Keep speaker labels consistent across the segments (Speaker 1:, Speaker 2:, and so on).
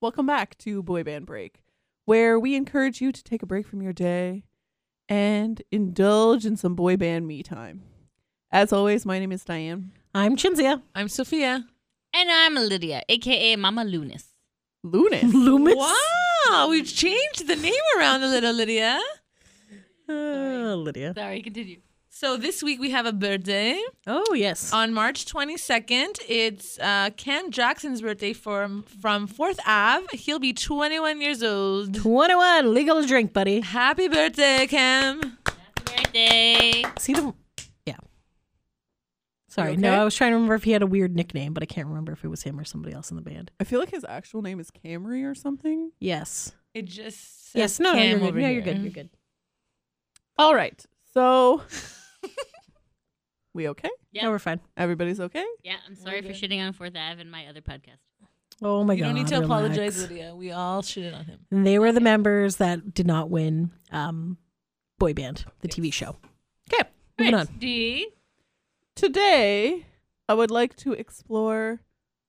Speaker 1: Welcome back to Boy Band Break, where we encourage you to take a break from your day and indulge in some boy band me time. As always, my name is Diane.
Speaker 2: I'm Chinzia.
Speaker 3: I'm Sophia.
Speaker 4: And I'm Lydia, aka Mama Lunas.
Speaker 1: Lunas.
Speaker 2: Loomis.
Speaker 3: Wow, we've changed the name around a little, Lydia.
Speaker 2: Uh, Lydia.
Speaker 4: Sorry, continue.
Speaker 3: So this week we have a birthday
Speaker 2: Oh, yes.
Speaker 3: on March 22nd. It's uh, Ken Jackson's birthday from from Fourth Ave. He'll be 21 years old.
Speaker 2: 21. Legal to drink, buddy.
Speaker 3: Happy birthday, Cam!
Speaker 4: Birthday.
Speaker 2: See the. Yeah. Sorry.
Speaker 1: You
Speaker 2: No,
Speaker 1: okay?
Speaker 2: I was trying to remember if he had a weird nickname, but I can't remember if it was him or somebody else in the band.
Speaker 1: I feel like his actual name is Camry or something.
Speaker 2: Yes.
Speaker 3: It just says
Speaker 2: Yes. No, no,
Speaker 3: Cam
Speaker 2: you're good.
Speaker 3: over
Speaker 2: No, you're
Speaker 3: here.
Speaker 2: good. You're good.
Speaker 1: All right. So, we okay?
Speaker 4: Yeah.
Speaker 2: No, we're fine.
Speaker 1: Everybody's okay?
Speaker 4: Yeah, I'm sorry for shitting on Fourth Ave and my other podcast.
Speaker 2: Oh, my
Speaker 3: You
Speaker 2: God.
Speaker 3: don't need to apologize,
Speaker 2: relax.
Speaker 3: Lydia. We all shitted on him.
Speaker 2: They were the members that did not win um, Boy Band, the TV show. Okay. Moving on.
Speaker 4: D.
Speaker 1: Today, I would like to explore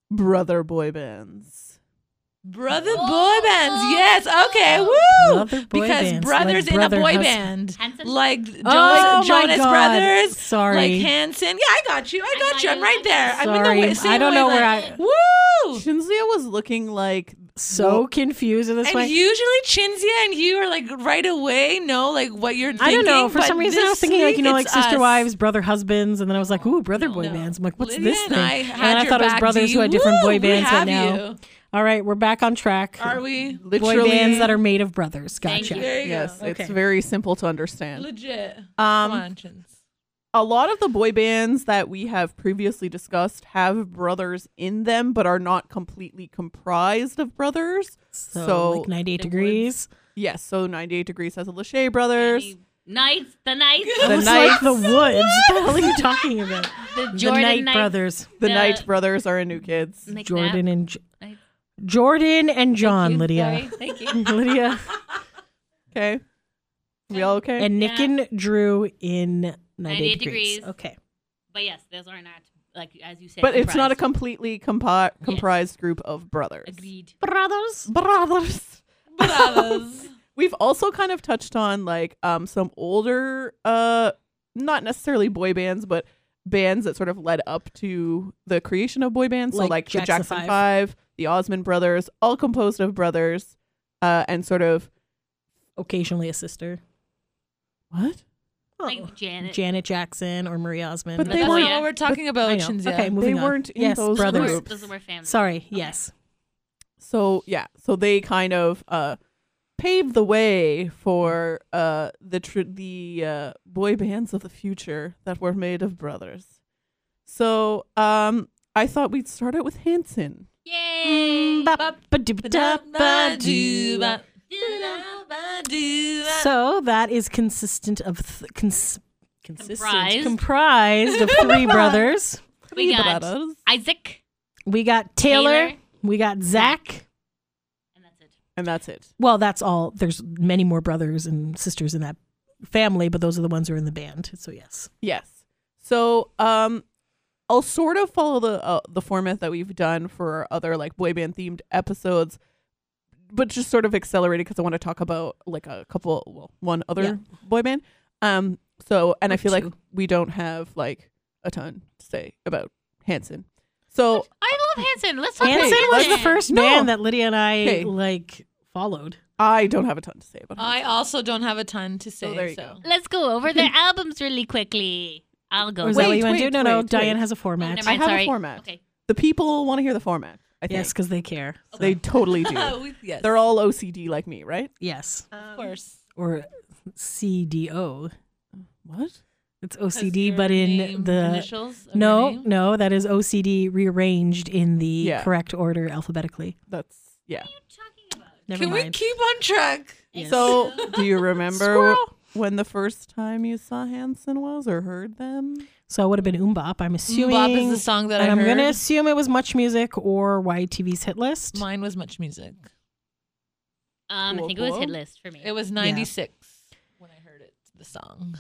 Speaker 1: brother boy bands.
Speaker 3: Brother
Speaker 4: Oh.
Speaker 3: boy bands, yes, okay, woo!
Speaker 2: Brother boy
Speaker 3: because
Speaker 2: bands,
Speaker 3: brothers
Speaker 2: like
Speaker 3: in a
Speaker 2: brother
Speaker 3: boy
Speaker 2: hus-
Speaker 3: band,
Speaker 4: Hanson?
Speaker 3: like Jonas,
Speaker 2: Oh, my
Speaker 3: Jonas
Speaker 2: God.
Speaker 3: Brothers,
Speaker 2: Sorry.
Speaker 3: like Hanson. Yeah, I got you. I
Speaker 4: I
Speaker 3: got
Speaker 4: got
Speaker 3: you.
Speaker 4: you,
Speaker 3: I'm right
Speaker 4: I got
Speaker 3: there.
Speaker 4: you.
Speaker 3: I'm in the
Speaker 2: Sorry,
Speaker 3: way, same
Speaker 2: I don't know where
Speaker 3: wavelength.
Speaker 4: I-
Speaker 3: Woo!
Speaker 1: Shinzia was looking like
Speaker 2: So confused at this
Speaker 3: And
Speaker 2: point.
Speaker 3: usually Chinzia and you are like right away know like what you're. Thinking,
Speaker 2: I don't know. For
Speaker 3: but
Speaker 2: some reason, I was
Speaker 3: this
Speaker 2: thinking like you know, like
Speaker 3: week, it's
Speaker 2: sister
Speaker 3: us.
Speaker 2: wives, brother husbands, and then I was like, ooh, brother boy
Speaker 3: No.
Speaker 2: bands. I'm like, what's
Speaker 3: Lydia
Speaker 2: this
Speaker 3: and
Speaker 2: thing?
Speaker 3: I
Speaker 2: and
Speaker 3: had
Speaker 2: I
Speaker 3: your
Speaker 2: thought it was
Speaker 3: back,
Speaker 2: brothers
Speaker 3: D.
Speaker 2: who had different
Speaker 3: Woo,
Speaker 2: boy
Speaker 3: we
Speaker 2: bands.
Speaker 3: have
Speaker 2: But now,
Speaker 3: you.
Speaker 2: all right, we're back on track.
Speaker 3: Are we
Speaker 1: literally
Speaker 2: boy bands that are made of brothers.
Speaker 4: Thank
Speaker 2: Gotcha.
Speaker 4: you.
Speaker 3: There you
Speaker 1: Yes,
Speaker 3: go.
Speaker 1: it's
Speaker 2: Okay.
Speaker 1: very simple to understand.
Speaker 3: legit? Come
Speaker 1: Um,
Speaker 3: on, Chins.
Speaker 1: a lot of the boy bands that we have previously discussed have brothers in them, but are not completely comprised of brothers.
Speaker 2: So,
Speaker 1: So,
Speaker 2: like 98
Speaker 4: the
Speaker 2: degrees.
Speaker 1: Yes, so 98 Degrees has a Lachey Brothers.
Speaker 4: Knights, the Knights,
Speaker 1: The
Speaker 2: It was like the woods. what the hell are you talking about?
Speaker 4: the Jordan
Speaker 2: the Knight
Speaker 4: Knights,
Speaker 2: brothers,
Speaker 1: The,
Speaker 4: The-
Speaker 1: Knight Brothers are in New Kids.
Speaker 4: McNabb.
Speaker 2: Jordan and J-
Speaker 4: Knight.
Speaker 2: Jordan and John,
Speaker 4: You-
Speaker 2: Lydia,
Speaker 4: Sorry, thank you.
Speaker 2: Lydia,
Speaker 1: Okay. We all okay?
Speaker 2: and Nick and Drew in 98,
Speaker 4: 98
Speaker 2: degrees.
Speaker 4: degrees.
Speaker 2: Okay.
Speaker 4: But yes, those are not like as you said.
Speaker 1: but it's not a
Speaker 4: comprised.
Speaker 1: completely compi- comprised group of brothers.
Speaker 4: agreed.
Speaker 2: Brothers.
Speaker 1: Brothers.
Speaker 3: Bravas.
Speaker 1: We've also kind of touched on like um some older uh not necessarily boy bands, but bands that sort of led up to the creation of boy bands. so
Speaker 2: Like
Speaker 1: like the
Speaker 2: Jackson
Speaker 1: Jackson
Speaker 2: Five.
Speaker 1: Five, the Osmond brothers, all composed of brothers, uh, and sort of
Speaker 2: Occasionally a sister. Oh.
Speaker 1: what?
Speaker 4: Like Janet.
Speaker 2: Janet Jackson or Marie Osmond.
Speaker 1: But
Speaker 2: or-
Speaker 1: they
Speaker 3: That's
Speaker 1: weren't-
Speaker 3: not what we're talking
Speaker 2: I
Speaker 3: about,
Speaker 2: know.
Speaker 3: Chinzia.
Speaker 2: Okay, moving
Speaker 1: They
Speaker 2: on.
Speaker 1: weren't in
Speaker 2: yes,
Speaker 1: those
Speaker 4: Those were-
Speaker 2: brothers.
Speaker 1: groups.
Speaker 4: Those were family.
Speaker 2: Sorry, yes.
Speaker 1: So yeah, so they kind of uh paved the way for uh the tr- the uh, boy bands of the future that were made of brothers. So um I thought we'd start out with Hanson.
Speaker 4: Yay!
Speaker 2: Ba-do-ba-do-ba. So that is consistent of th- cons- consistent
Speaker 4: Comprised.
Speaker 2: comprised of three brothers.
Speaker 4: We got
Speaker 1: brothers.
Speaker 4: Isaac,
Speaker 2: We got Taylor,
Speaker 4: Taylor.
Speaker 2: we got Zach.
Speaker 4: and that's it.
Speaker 1: And that's it.
Speaker 2: Well, that's all. There's many more brothers and sisters in that family, but those are the ones who are in the band. So yes.
Speaker 1: Yes. So um I'll sort of follow the uh, the format that we've done for our other like boy band themed episodes, but just sort of accelerated because I want to talk about like a couple, well, one other
Speaker 2: Yeah.
Speaker 1: boy band. Um. So, and I
Speaker 2: Or
Speaker 1: feel like
Speaker 2: two.
Speaker 1: we don't have like a ton to say about Hanson. So
Speaker 4: I love Hanson. Let's talk
Speaker 2: Hanson
Speaker 4: about
Speaker 2: was the first
Speaker 1: No.
Speaker 2: band that Lydia and I
Speaker 1: Okay.
Speaker 2: like followed.
Speaker 1: I don't have a ton to say about. Hanson.
Speaker 3: I also don't have a ton
Speaker 2: Oh,
Speaker 3: to say.
Speaker 1: So there you
Speaker 3: so.
Speaker 1: go.
Speaker 4: Let's go over their albums really quickly. I'll go.
Speaker 2: Or is
Speaker 1: Wait,
Speaker 2: that what you want to do?
Speaker 1: wait,
Speaker 2: No, no.
Speaker 1: wait,
Speaker 2: Diane
Speaker 1: wait.
Speaker 2: has a
Speaker 4: Oh,
Speaker 2: format.
Speaker 4: never
Speaker 1: I
Speaker 4: mind,
Speaker 1: have a
Speaker 4: sorry.
Speaker 1: format.
Speaker 4: Okay.
Speaker 1: The people want to hear the format. I think
Speaker 2: Yes, because Oh, they care. So,
Speaker 1: they totally do.
Speaker 3: Oh, we- yes. Um,
Speaker 1: They're all OCD like me, right?
Speaker 2: yes,
Speaker 3: of course.
Speaker 2: or CDO.
Speaker 1: What?
Speaker 2: It's
Speaker 3: 'Cause
Speaker 2: OCD,
Speaker 3: your
Speaker 2: but in
Speaker 3: name,
Speaker 2: the
Speaker 3: initials of your
Speaker 2: no,
Speaker 3: name?
Speaker 2: no, that is OCD rearranged in the
Speaker 1: Yeah.
Speaker 2: correct order alphabetically.
Speaker 1: That's yeah.
Speaker 4: What are you talking about?
Speaker 2: Never
Speaker 3: Can we
Speaker 2: mind.
Speaker 3: keep on track?
Speaker 4: Yes.
Speaker 1: So, do you remember wh- when the first time you saw Hanson was or heard them?
Speaker 2: so it would have been Umbop. I'm assuming.
Speaker 3: Bop is the song that
Speaker 2: and
Speaker 3: I
Speaker 2: I'm
Speaker 3: heard.
Speaker 2: gonna assume it was Much Music or YTV's hit list.
Speaker 3: Mine was much music.
Speaker 4: um, I think it was hit list for me.
Speaker 3: It was 96 when I heard it, the song.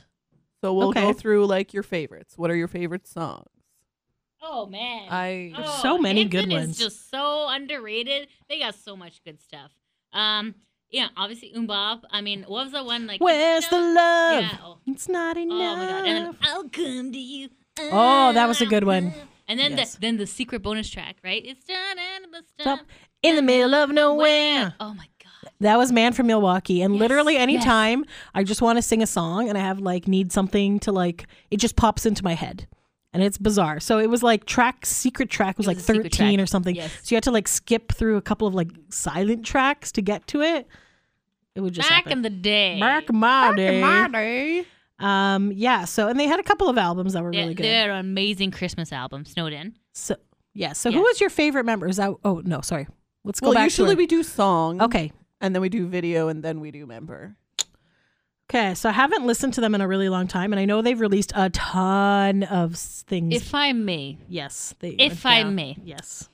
Speaker 1: So we'll go
Speaker 2: Okay.
Speaker 1: through like your favorites. What are your favorite songs?
Speaker 4: Oh man.
Speaker 3: I
Speaker 2: There's so many good
Speaker 4: Hanson
Speaker 2: ones.
Speaker 4: Is just so underrated. They got so much good stuff. Um, yeah, obviously Umbop. I mean, what was the one like?
Speaker 2: Where's the love?
Speaker 4: Yeah. Oh,
Speaker 2: It's not
Speaker 4: oh
Speaker 2: enough.
Speaker 4: my god. And then I'll come to you.
Speaker 2: Oh, that was a good one.
Speaker 4: And then
Speaker 2: Yes.
Speaker 4: the then the secret bonus track, right? It's done and it's
Speaker 2: Stop.
Speaker 4: done.
Speaker 2: In the middle of nowhere.
Speaker 4: Oh my god.
Speaker 2: That was Man from Milwaukee. And
Speaker 4: Yes,
Speaker 2: literally
Speaker 4: yes.
Speaker 2: anytime I just want to sing a song and I have like need something to like it just pops into my head. And it's bizarre. So it was like track secret track was,
Speaker 4: It was
Speaker 2: like
Speaker 4: a secret
Speaker 2: 13
Speaker 4: track.
Speaker 2: or something.
Speaker 4: Yes.
Speaker 2: So you had to like skip through a couple of like silent tracks to get to it. It would just
Speaker 4: Back
Speaker 2: happen.
Speaker 4: in the day.
Speaker 2: Back my day.
Speaker 1: day.
Speaker 2: Um yeah, so and they had a couple of albums that were
Speaker 4: Yeah,
Speaker 2: really good.
Speaker 4: They're an amazing Christmas album, Snowden.
Speaker 2: So yeah. So
Speaker 4: Yeah.
Speaker 2: who was your favorite member? Is that? Oh no, sorry. Let's go
Speaker 1: Well,
Speaker 2: back.
Speaker 1: usually
Speaker 2: to
Speaker 1: we do song,
Speaker 2: her. okay.
Speaker 1: and then we do video, and then we do member.
Speaker 2: Okay, so I haven't listened to them in a really long time, and I know they've released a ton of s- things.
Speaker 4: If I may.
Speaker 2: yes, they.
Speaker 4: if I may.
Speaker 2: Yes.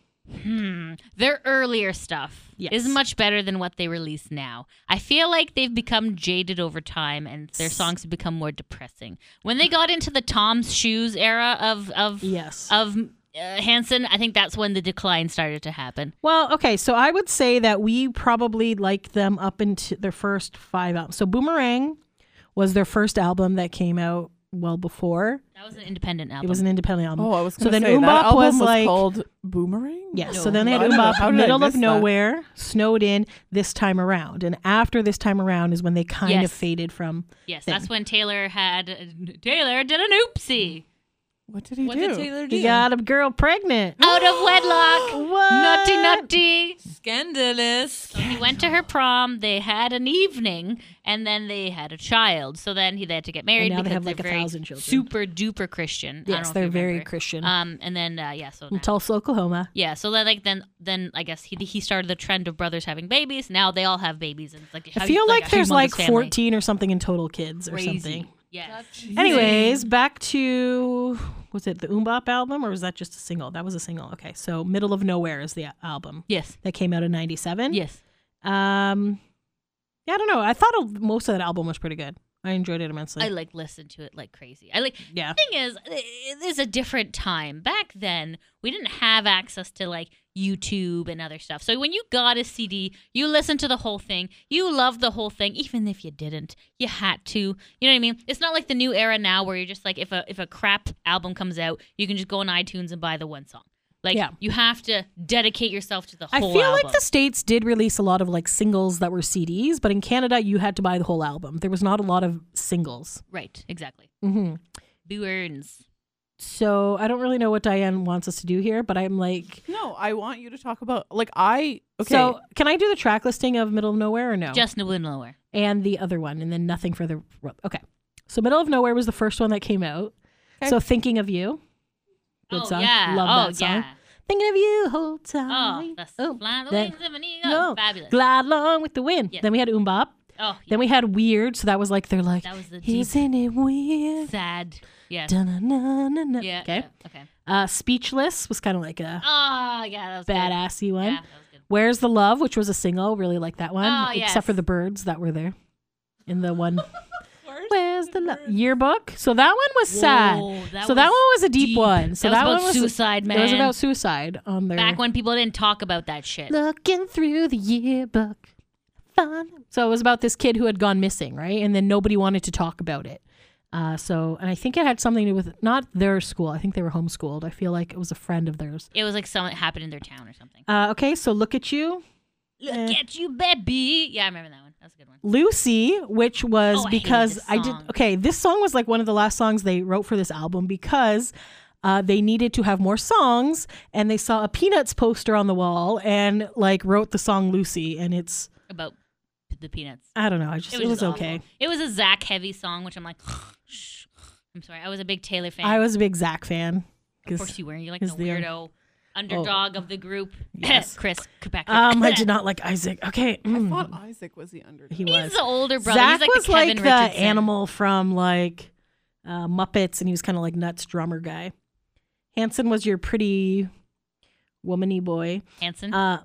Speaker 4: Hmm. Their earlier stuff
Speaker 2: Yes.
Speaker 4: is much better than what they release now. I feel like they've become jaded over time and their songs have become more depressing. When they got into the Tom's Shoes era of of
Speaker 2: Yes.
Speaker 4: of uh, Hanson, I think that's when the decline started to happen.
Speaker 2: Well, okay, so I would say that we probably liked them up into their first five albums. So Boomerang was their first album that came out well before.
Speaker 4: That was an independent album.
Speaker 2: It was an independent album.
Speaker 1: Oh, I was
Speaker 2: Mm. So
Speaker 1: gonna
Speaker 2: then
Speaker 1: say
Speaker 2: Umbop
Speaker 1: that album
Speaker 2: was
Speaker 1: was
Speaker 2: like-
Speaker 1: called Boomerang.
Speaker 2: Yes.
Speaker 4: No,
Speaker 2: so then they had
Speaker 1: I don't know. How
Speaker 2: Umbop,
Speaker 1: did I
Speaker 2: middle of
Speaker 1: miss that?
Speaker 2: nowhere, snowed in this time around. And after this time around is when they kind of
Speaker 4: Yes.
Speaker 2: faded from.
Speaker 4: yes,
Speaker 2: thing.
Speaker 4: that's when Taylor had uh, Taylor did an oopsie
Speaker 1: What did he
Speaker 3: what
Speaker 1: do?
Speaker 3: did Taylor do?
Speaker 2: He got a girl pregnant.
Speaker 4: out of wedlock.
Speaker 2: What?
Speaker 4: Nutty nutty.
Speaker 3: Scandalous.
Speaker 4: So he went to her prom. They had an evening, and then they had a child. So then he they had to get married
Speaker 2: now they
Speaker 4: because
Speaker 2: have
Speaker 4: are
Speaker 2: like a
Speaker 4: very
Speaker 2: thousand children.
Speaker 4: super duper Christian. I don't know
Speaker 2: Yes,
Speaker 4: if
Speaker 2: they're
Speaker 4: you
Speaker 2: very
Speaker 4: remember.
Speaker 2: Christian.
Speaker 4: Um, and then uh, yeah, so
Speaker 2: in
Speaker 4: now-
Speaker 2: Tulsa, Oklahoma.
Speaker 4: yeah, so then like then then I guess he he started the trend of brothers having babies. Now they all have babies, and it's like
Speaker 2: I
Speaker 4: how-
Speaker 2: feel like
Speaker 4: a
Speaker 2: there's like
Speaker 4: humongous family.
Speaker 2: 14 or something in total kids or
Speaker 4: Crazy.
Speaker 2: something.
Speaker 4: Yeah,
Speaker 2: Anyways, back to was it the Umbop album or was that just a single? That was a single. Okay, so Middle of Nowhere is the album
Speaker 4: yes,
Speaker 2: that came out in '97.
Speaker 4: yes.
Speaker 2: Um, yeah, I don't know. I thought of, most of that album was pretty good. I enjoyed it immensely.
Speaker 4: I like listened to it like crazy. I like
Speaker 2: yeah.
Speaker 4: thing is, it is a different time. Back then, we didn't have access to like YouTube and other stuff. So when you got a CD, you listened to the whole thing. You loved the whole thing, even if you didn't. You had to. You know what I mean? It's not like the new era now where you're just like, if a if a crap album comes out, you can just go on iTunes and buy the one song. Like
Speaker 2: Yeah.
Speaker 4: you have to dedicate yourself to the
Speaker 2: I
Speaker 4: whole.
Speaker 2: feel
Speaker 4: album.
Speaker 2: like the states did release a lot of like singles that were CDs, but in Canada you had to buy the whole album. There was not a lot of singles.
Speaker 4: right exactly.
Speaker 2: Mm-hmm.
Speaker 4: Boo earns.
Speaker 2: So I don't really know what Diane wants us to do here, but I'm like,
Speaker 1: No, I want you to talk about like I. Okay,
Speaker 2: so can I do the track listing of Middle of Nowhere or no?
Speaker 4: Just New Nowhere.
Speaker 2: and the other one, and then nothing for the okay. So Middle of Nowhere was the first one that came out.
Speaker 1: Okay.
Speaker 2: So Thinking of You, good
Speaker 4: oh
Speaker 2: song,
Speaker 4: yeah.
Speaker 2: love
Speaker 4: oh
Speaker 2: that song.
Speaker 4: yeah.
Speaker 2: Thinking of You, whole
Speaker 4: Oh,
Speaker 2: time.
Speaker 4: that's
Speaker 2: Oh,
Speaker 4: fly the
Speaker 2: that-
Speaker 4: wings of an eagle.
Speaker 2: no.
Speaker 4: Fabulous.
Speaker 2: glide along with the wind.
Speaker 4: Yes.
Speaker 2: Then we had Umbop.
Speaker 4: Oh,
Speaker 2: Then we had Weird. So that was like they're like,
Speaker 4: That was the deep-
Speaker 2: isn't it weird?
Speaker 4: sad. Yeah.
Speaker 2: Dun-dun-dun-dun-dun.
Speaker 4: Yeah.
Speaker 2: Okay.
Speaker 4: yeah, Okay.
Speaker 2: Uh, Speechless was kind of like a
Speaker 4: Oh, yeah. That was good.
Speaker 2: badassy one.
Speaker 4: Yeah, that was good.
Speaker 2: Where's the Love, which was a single, really like that one,
Speaker 4: Oh, yes.
Speaker 2: except for the birds that were there in the one. Where's the love yearbook? So that one was sad.
Speaker 4: Whoa,
Speaker 2: so that one
Speaker 4: was
Speaker 2: was a deep, one. So that,
Speaker 4: was about
Speaker 2: one was
Speaker 4: suicide, man.
Speaker 2: It was about suicide on their
Speaker 4: back when people didn't talk about that shit.
Speaker 2: looking through the yearbook. Fun. So it was about this kid who had gone missing, right? And then nobody wanted to talk about it. Uh, so, and I think it had something to do with not their school. I think they were homeschooled. I feel like it was a friend of theirs.
Speaker 4: It was like something happened in their town or something.
Speaker 2: Uh, okay, so look at you.
Speaker 4: Look
Speaker 2: eh.
Speaker 4: at you, baby. Yeah, I remember that one. That was a good one.
Speaker 2: Lucy, which was
Speaker 4: Oh, I hated
Speaker 2: because
Speaker 4: this
Speaker 2: I did
Speaker 4: song.
Speaker 2: okay. This song was like one of the last songs they wrote for this album because uh, they needed to have more songs, and they saw a Peanuts poster on the wall and like wrote the song Lucy, and it's
Speaker 4: About p- the peanuts.
Speaker 2: I don't know. I just it was,
Speaker 4: just awful.
Speaker 2: okay.
Speaker 4: It was a Zach heavy song, which I'm like, I'm sorry. I was a big Taylor fan.
Speaker 2: I was a big Zach fan.
Speaker 4: of
Speaker 2: 'cause-
Speaker 4: course you were. You're like the
Speaker 2: is there- Oh.
Speaker 4: weirdo underdog of the group.
Speaker 2: Yes.
Speaker 4: Chris Quebec.
Speaker 2: um, I did not like Isaac. Okay,
Speaker 1: I
Speaker 2: mm,
Speaker 1: thought Isaac was the underdog.
Speaker 2: he
Speaker 4: He's
Speaker 2: was.
Speaker 4: the older brother.
Speaker 2: Zach
Speaker 4: He's like
Speaker 2: was
Speaker 4: the
Speaker 2: like the
Speaker 4: Kevin Richardson.
Speaker 2: animal from like uh, Muppets, and he was kind of like nuts drummer guy. Hanson was your pretty womany boy.
Speaker 4: Hanson.
Speaker 2: Uh,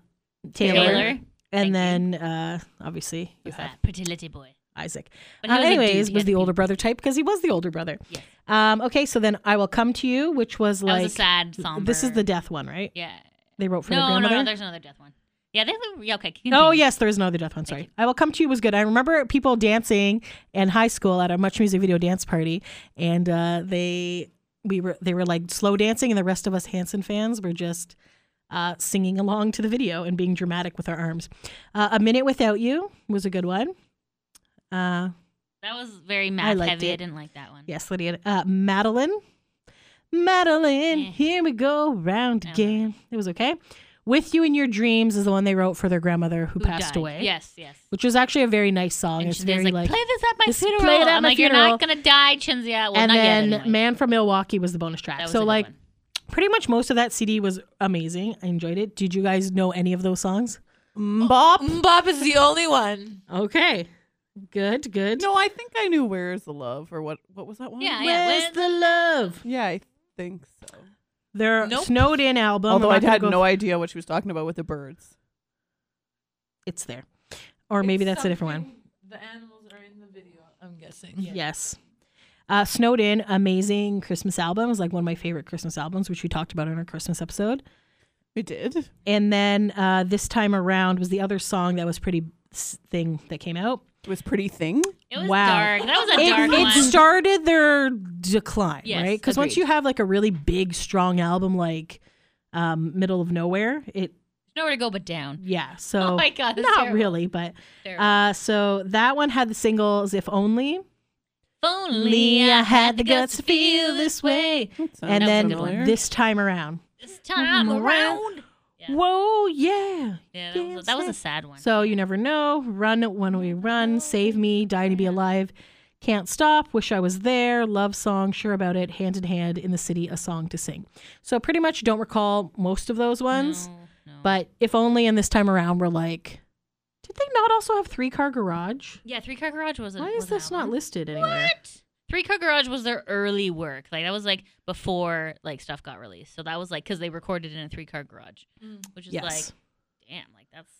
Speaker 2: Taylor.
Speaker 4: Mm-hmm. Taylor.
Speaker 2: And
Speaker 4: Thank
Speaker 2: then uh, obviously you
Speaker 4: Who's
Speaker 2: have
Speaker 4: that? Pretty little boy.
Speaker 2: Isaac.
Speaker 4: But he
Speaker 2: Uh,
Speaker 4: was a dude,
Speaker 2: anyways,
Speaker 4: he
Speaker 2: was
Speaker 4: had
Speaker 2: the
Speaker 4: to be-
Speaker 2: older brother type because he was the older brother.
Speaker 4: Yes.
Speaker 2: Um, okay, so then I will come to you, which was
Speaker 4: That
Speaker 2: like
Speaker 4: was a sad, somber.
Speaker 2: this is the death one, right?
Speaker 4: Yeah.
Speaker 2: They wrote for the
Speaker 4: No, no,
Speaker 2: grandmother.
Speaker 4: no. There's another death one. Yeah, they. Yeah, okay.
Speaker 2: Oh
Speaker 4: continue.
Speaker 2: yes, there is another death one. Sorry, I will come to you was good. I remember people dancing in high school at a much music video dance party, and uh, they we were they were like slow dancing, and the rest of us Hanson fans were just uh, singing along to the video and being dramatic with our arms. Uh, a minute without you was a good one. Uh,
Speaker 4: That was very math
Speaker 2: liked
Speaker 4: heavy. I
Speaker 2: it.
Speaker 4: didn't like that one.
Speaker 2: yes, Lydia. Uh, Madeline, Madeline,
Speaker 4: Eh.
Speaker 2: here we go round
Speaker 4: Madeline.
Speaker 2: again. It was okay. With you in your dreams is the one they wrote for their grandmother who,
Speaker 4: Who
Speaker 2: passed
Speaker 4: died?
Speaker 2: away
Speaker 4: Yes, yes.
Speaker 2: which was actually a very nice song.
Speaker 4: And
Speaker 2: it's
Speaker 4: she was
Speaker 2: very
Speaker 4: like,
Speaker 2: like,
Speaker 4: play this at my
Speaker 2: Just play
Speaker 4: funeral.
Speaker 2: it at
Speaker 4: I'm
Speaker 2: my
Speaker 4: like, you're
Speaker 2: funeral."
Speaker 4: not gonna die, Chinzia. Well,
Speaker 2: and
Speaker 4: not
Speaker 2: then
Speaker 4: yet, anyway.
Speaker 2: "Man from Milwaukee" was the bonus
Speaker 4: That
Speaker 2: track.
Speaker 4: was a
Speaker 2: So
Speaker 4: good
Speaker 2: like,
Speaker 4: one.
Speaker 2: pretty much most of that CD was amazing. I enjoyed it. Did you guys know any of those songs?
Speaker 1: Bop.
Speaker 2: Mm,
Speaker 3: Bob is the only one.
Speaker 2: Okay, good, good.
Speaker 1: No, I think I knew Where's the Love or what what was that one?
Speaker 4: Yeah, yeah.
Speaker 2: Where's
Speaker 4: when-
Speaker 2: the love?
Speaker 1: Yeah, I think so.
Speaker 2: Their
Speaker 3: Nope.
Speaker 2: Snowden album.
Speaker 1: Although
Speaker 2: I'm
Speaker 1: I
Speaker 2: not gonna
Speaker 1: had
Speaker 2: go
Speaker 1: no
Speaker 2: f-
Speaker 1: idea what she was talking about with the birds.
Speaker 2: it's there, or maybe that's a different one.
Speaker 3: The animals are in the video. I'm guessing.
Speaker 2: Yes. Uh, Snowden, amazing Christmas album. It was like one of my favorite Christmas albums, which we talked about in our Christmas episode.
Speaker 1: We did.
Speaker 2: And then uh, this time around was the other song that was pretty s- thing that came out.
Speaker 1: It was pretty thing.
Speaker 4: it was
Speaker 2: wow.
Speaker 4: dark. That was a
Speaker 2: It,
Speaker 4: dark
Speaker 2: it
Speaker 4: one.
Speaker 2: started their decline,
Speaker 4: Yes,
Speaker 2: right? Because once
Speaker 4: agreed.
Speaker 2: you have like a really big, strong album like um, Middle of Nowhere, it
Speaker 4: Nowhere to go but down.
Speaker 2: yeah. So
Speaker 4: Oh my God, that's
Speaker 2: not
Speaker 4: terrible.
Speaker 2: really, but
Speaker 4: Terrible.
Speaker 2: uh, so that one had the singles "If Only,"
Speaker 4: If only
Speaker 2: "Leah had the guts to feel this way," and
Speaker 4: That
Speaker 2: then
Speaker 4: was a good one.
Speaker 2: this time around,
Speaker 4: This time
Speaker 2: Mm-hmm. Around.
Speaker 4: around. Yeah.
Speaker 2: "Whoa, yeah."
Speaker 4: Yeah, that was, that was a sad one.
Speaker 2: So you never know. Run when we run. Save me. Die to be alive. Can't stop. Wish I was there. Love song. Sure about it. Hand in hand in the city. A song to sing. So pretty much don't recall most of those ones.
Speaker 4: No, no.
Speaker 2: But if only in this time around we're like, did they not also have three car garage?
Speaker 4: yeah, Three Car Garage was. a-
Speaker 2: Why
Speaker 4: was
Speaker 2: is
Speaker 4: an
Speaker 2: this not
Speaker 4: album.
Speaker 2: listed anywhere?
Speaker 4: What? Three Car Garage was their early work. Like that was like before like stuff got released. So that was like because they recorded in a Three Car Garage,
Speaker 3: Mm.
Speaker 4: which is
Speaker 2: Yes.
Speaker 4: like, damn, like that's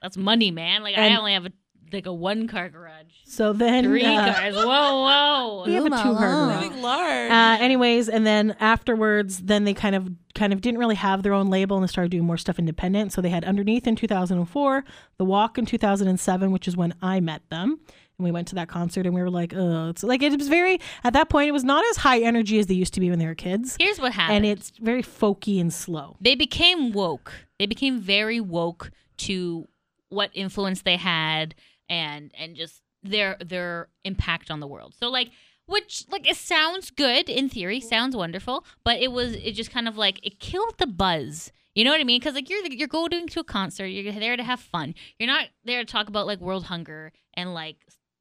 Speaker 4: that's money, man. Like I
Speaker 2: And-
Speaker 4: only have a, like a one car garage,
Speaker 2: So then
Speaker 4: three
Speaker 2: uh,
Speaker 4: cars. Whoa,
Speaker 2: we
Speaker 4: whoa.
Speaker 2: have a two car garage.
Speaker 3: Living large.
Speaker 2: Uh, anyways, and then afterwards, then they kind of kind of didn't really have their own label and they started doing more stuff independent. So they had Underneath in 2004, The Walk in 2007, which is when I met them. And we went to that concert and we were like, oh, it's like it was very, at that point, it was not as high energy as they used to be when they were kids.
Speaker 4: Here's what happened.
Speaker 2: And it's very folky and slow.
Speaker 4: they became woke. They became very woke to what influence they had and and just their their impact on the world. So like which like it sounds good in theory, sounds wonderful, but it was it just kind of like it killed the buzz. You know what I mean? Because like you're you're going to a concert, you're there to have fun. You're not there to talk about like world hunger and like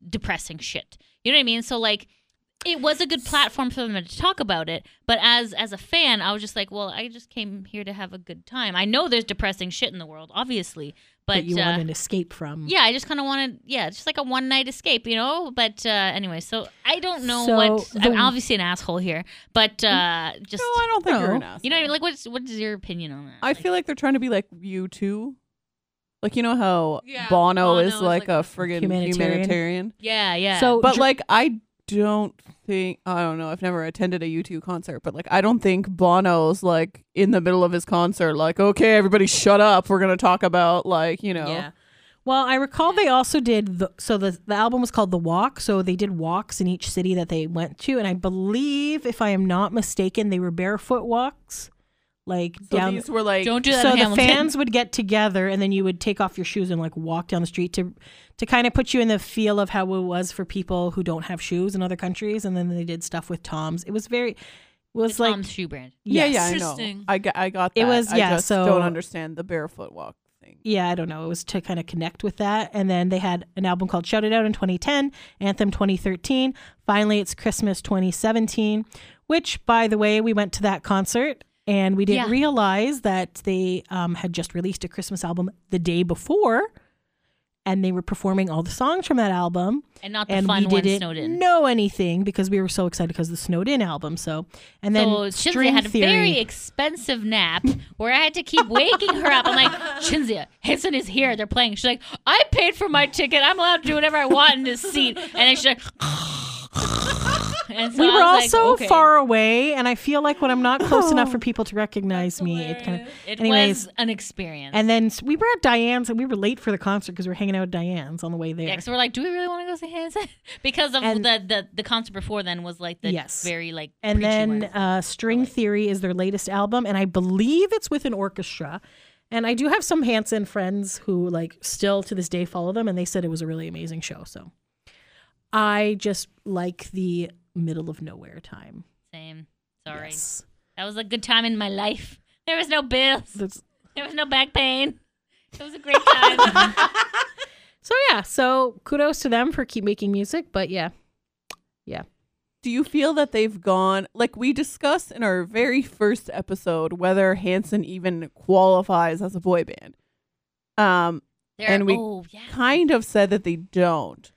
Speaker 4: depressing shit. You know what I mean? So like it was a good platform for them to talk about it but as as a fan i was just like well i just came here to have a good time i know there's depressing shit in the world obviously but,
Speaker 2: that you
Speaker 4: uh,
Speaker 2: want an escape from.
Speaker 4: yeah i just kind of wanted yeah just like a one night escape you know but uh anyway so i don't know
Speaker 2: So
Speaker 4: what
Speaker 2: the-
Speaker 4: i'm obviously an asshole here but uh just
Speaker 1: No, I don't think you're
Speaker 2: No.
Speaker 1: an asshole.
Speaker 4: you know what i mean like what's what is your opinion on that
Speaker 1: I feel like they're trying to be like you too. Like you know how
Speaker 3: Yeah,
Speaker 1: Bono,
Speaker 3: Bono
Speaker 1: is,
Speaker 3: is
Speaker 1: like,
Speaker 3: like
Speaker 1: a friggin'
Speaker 2: Humanitarian.
Speaker 1: humanitarian.
Speaker 4: yeah yeah
Speaker 2: So,
Speaker 1: But
Speaker 2: Dr-
Speaker 1: like I don't think I don't know, I've never attended a U2 concert, but like I don't think Bono's like in the middle of his concert, like, okay, everybody shut up. We're gonna talk about like, you know
Speaker 2: Yeah. Well, I recall they also did the, so the the album was called The Walk, so they did walks in each city that they went to and I believe if I am not mistaken they were barefoot walks like
Speaker 1: So
Speaker 2: down
Speaker 1: these were like
Speaker 4: don't do that
Speaker 2: so
Speaker 4: in
Speaker 2: the
Speaker 4: Hamilton.
Speaker 2: fans would get together and then you would take off your shoes and like walk down the street to to kind of put you in the feel of how it was for people who don't have shoes in other countries and then they did stuff with Toms. It was very was
Speaker 4: It's
Speaker 2: like
Speaker 4: Tom's shoe brand
Speaker 1: Yeah,
Speaker 2: yes.
Speaker 1: yeah, I know.
Speaker 3: Interesting.
Speaker 1: I got I got
Speaker 2: It
Speaker 1: that.
Speaker 2: was- yeah,
Speaker 1: I just
Speaker 2: so-
Speaker 1: don't understand the barefoot walk thing.
Speaker 2: yeah, I don't know. It was to kind of connect with that. And then they had an album called Shout It Out in 2010, Anthem 2013. Finally, it's Christmas 2017, which, by the way, we went to that concert and we didn't
Speaker 4: Yeah.
Speaker 2: realize that they um, had just released a Christmas album the day before. and they were performing all the songs from that album
Speaker 4: and not the
Speaker 2: and
Speaker 4: fun
Speaker 2: we
Speaker 4: one
Speaker 2: didn't
Speaker 4: snowed in.
Speaker 2: know anything because we were so excited because of the snowed in album so and then
Speaker 4: so Shinzia
Speaker 2: string
Speaker 4: had a
Speaker 2: theory
Speaker 4: very expensive nap where I had to keep waking her up. I'm like, Shinzia, Henson is here. They're playing. She's like, I paid for my ticket. I'm allowed to do whatever I want in this seat. And then she's like, and so
Speaker 2: we
Speaker 4: I
Speaker 2: were all
Speaker 4: was like,
Speaker 2: so
Speaker 4: okay.
Speaker 2: far away and i feel like when i'm not close enough for people to recognize me it kind of
Speaker 4: It
Speaker 2: anyways
Speaker 4: was an experience.
Speaker 2: and then s- we were at diane's and we were late for the concert because we were hanging out at diane's on the way there
Speaker 4: Yeah, so we're like, do we really want to go see Hanson? because of
Speaker 2: And-
Speaker 4: the, the the concert before then was like the
Speaker 2: Yes.
Speaker 4: very like
Speaker 2: and
Speaker 4: preachy
Speaker 2: then
Speaker 4: ones.
Speaker 2: uh, String Theory is their latest album, and I believe it's with an orchestra. And I do have some Hanson friends who like still to this day follow them, and they said it was a really amazing show. So I just like the middle of nowhere time.
Speaker 4: same. Sorry,
Speaker 2: Yes.
Speaker 4: that was a good time in my life. There was no bills.
Speaker 2: That's-
Speaker 4: There was no back pain. It was a great time.
Speaker 2: so yeah, so kudos to them for keep making music. But yeah,
Speaker 1: Do you feel that they've gone like we discussed in our very first episode whether Hanson even qualifies as a boy band? Um,
Speaker 4: There,
Speaker 1: And we
Speaker 4: oh yeah,
Speaker 1: kind of said that they don't.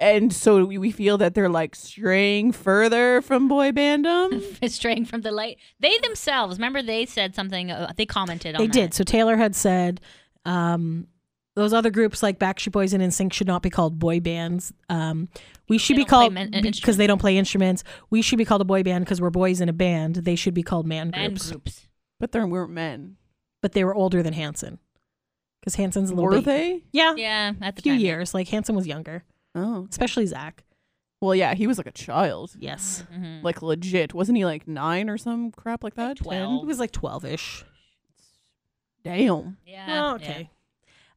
Speaker 1: And so we we feel that they're like straying further from boy bandom.
Speaker 4: straying from the light. They themselves, remember, they said something. Uh, they commented on.
Speaker 2: they
Speaker 4: that.
Speaker 2: did. So Taylor had said um, those other groups like Backstreet Boys and NSYNC should not be called boy bands. Um, we should
Speaker 4: They
Speaker 2: be
Speaker 4: don't play
Speaker 2: called
Speaker 4: men- uh,
Speaker 2: because
Speaker 4: instruments.
Speaker 2: they don't play instruments. We should be called a boy band because we're boys in a band. They should be called man
Speaker 4: Band
Speaker 2: groups,
Speaker 4: groups.
Speaker 1: But there weren't men.
Speaker 2: but they were older than Hanson because Hanson's a little
Speaker 1: Were
Speaker 2: bit.
Speaker 1: they?
Speaker 2: Yeah,
Speaker 4: Yeah, at
Speaker 2: a
Speaker 4: the
Speaker 2: few
Speaker 4: time, yeah.
Speaker 2: years. Like Hanson was younger,
Speaker 1: Oh.
Speaker 2: especially Zach. Um,
Speaker 1: Well, yeah, he was like a child.
Speaker 2: Yes,
Speaker 4: Mhm.
Speaker 1: Like legit. Wasn't he like nine or some crap like that? Ten?
Speaker 2: he was like twelve-ish.
Speaker 1: Damn.
Speaker 2: Well,
Speaker 4: Yeah. yeah.
Speaker 2: Oh, okay.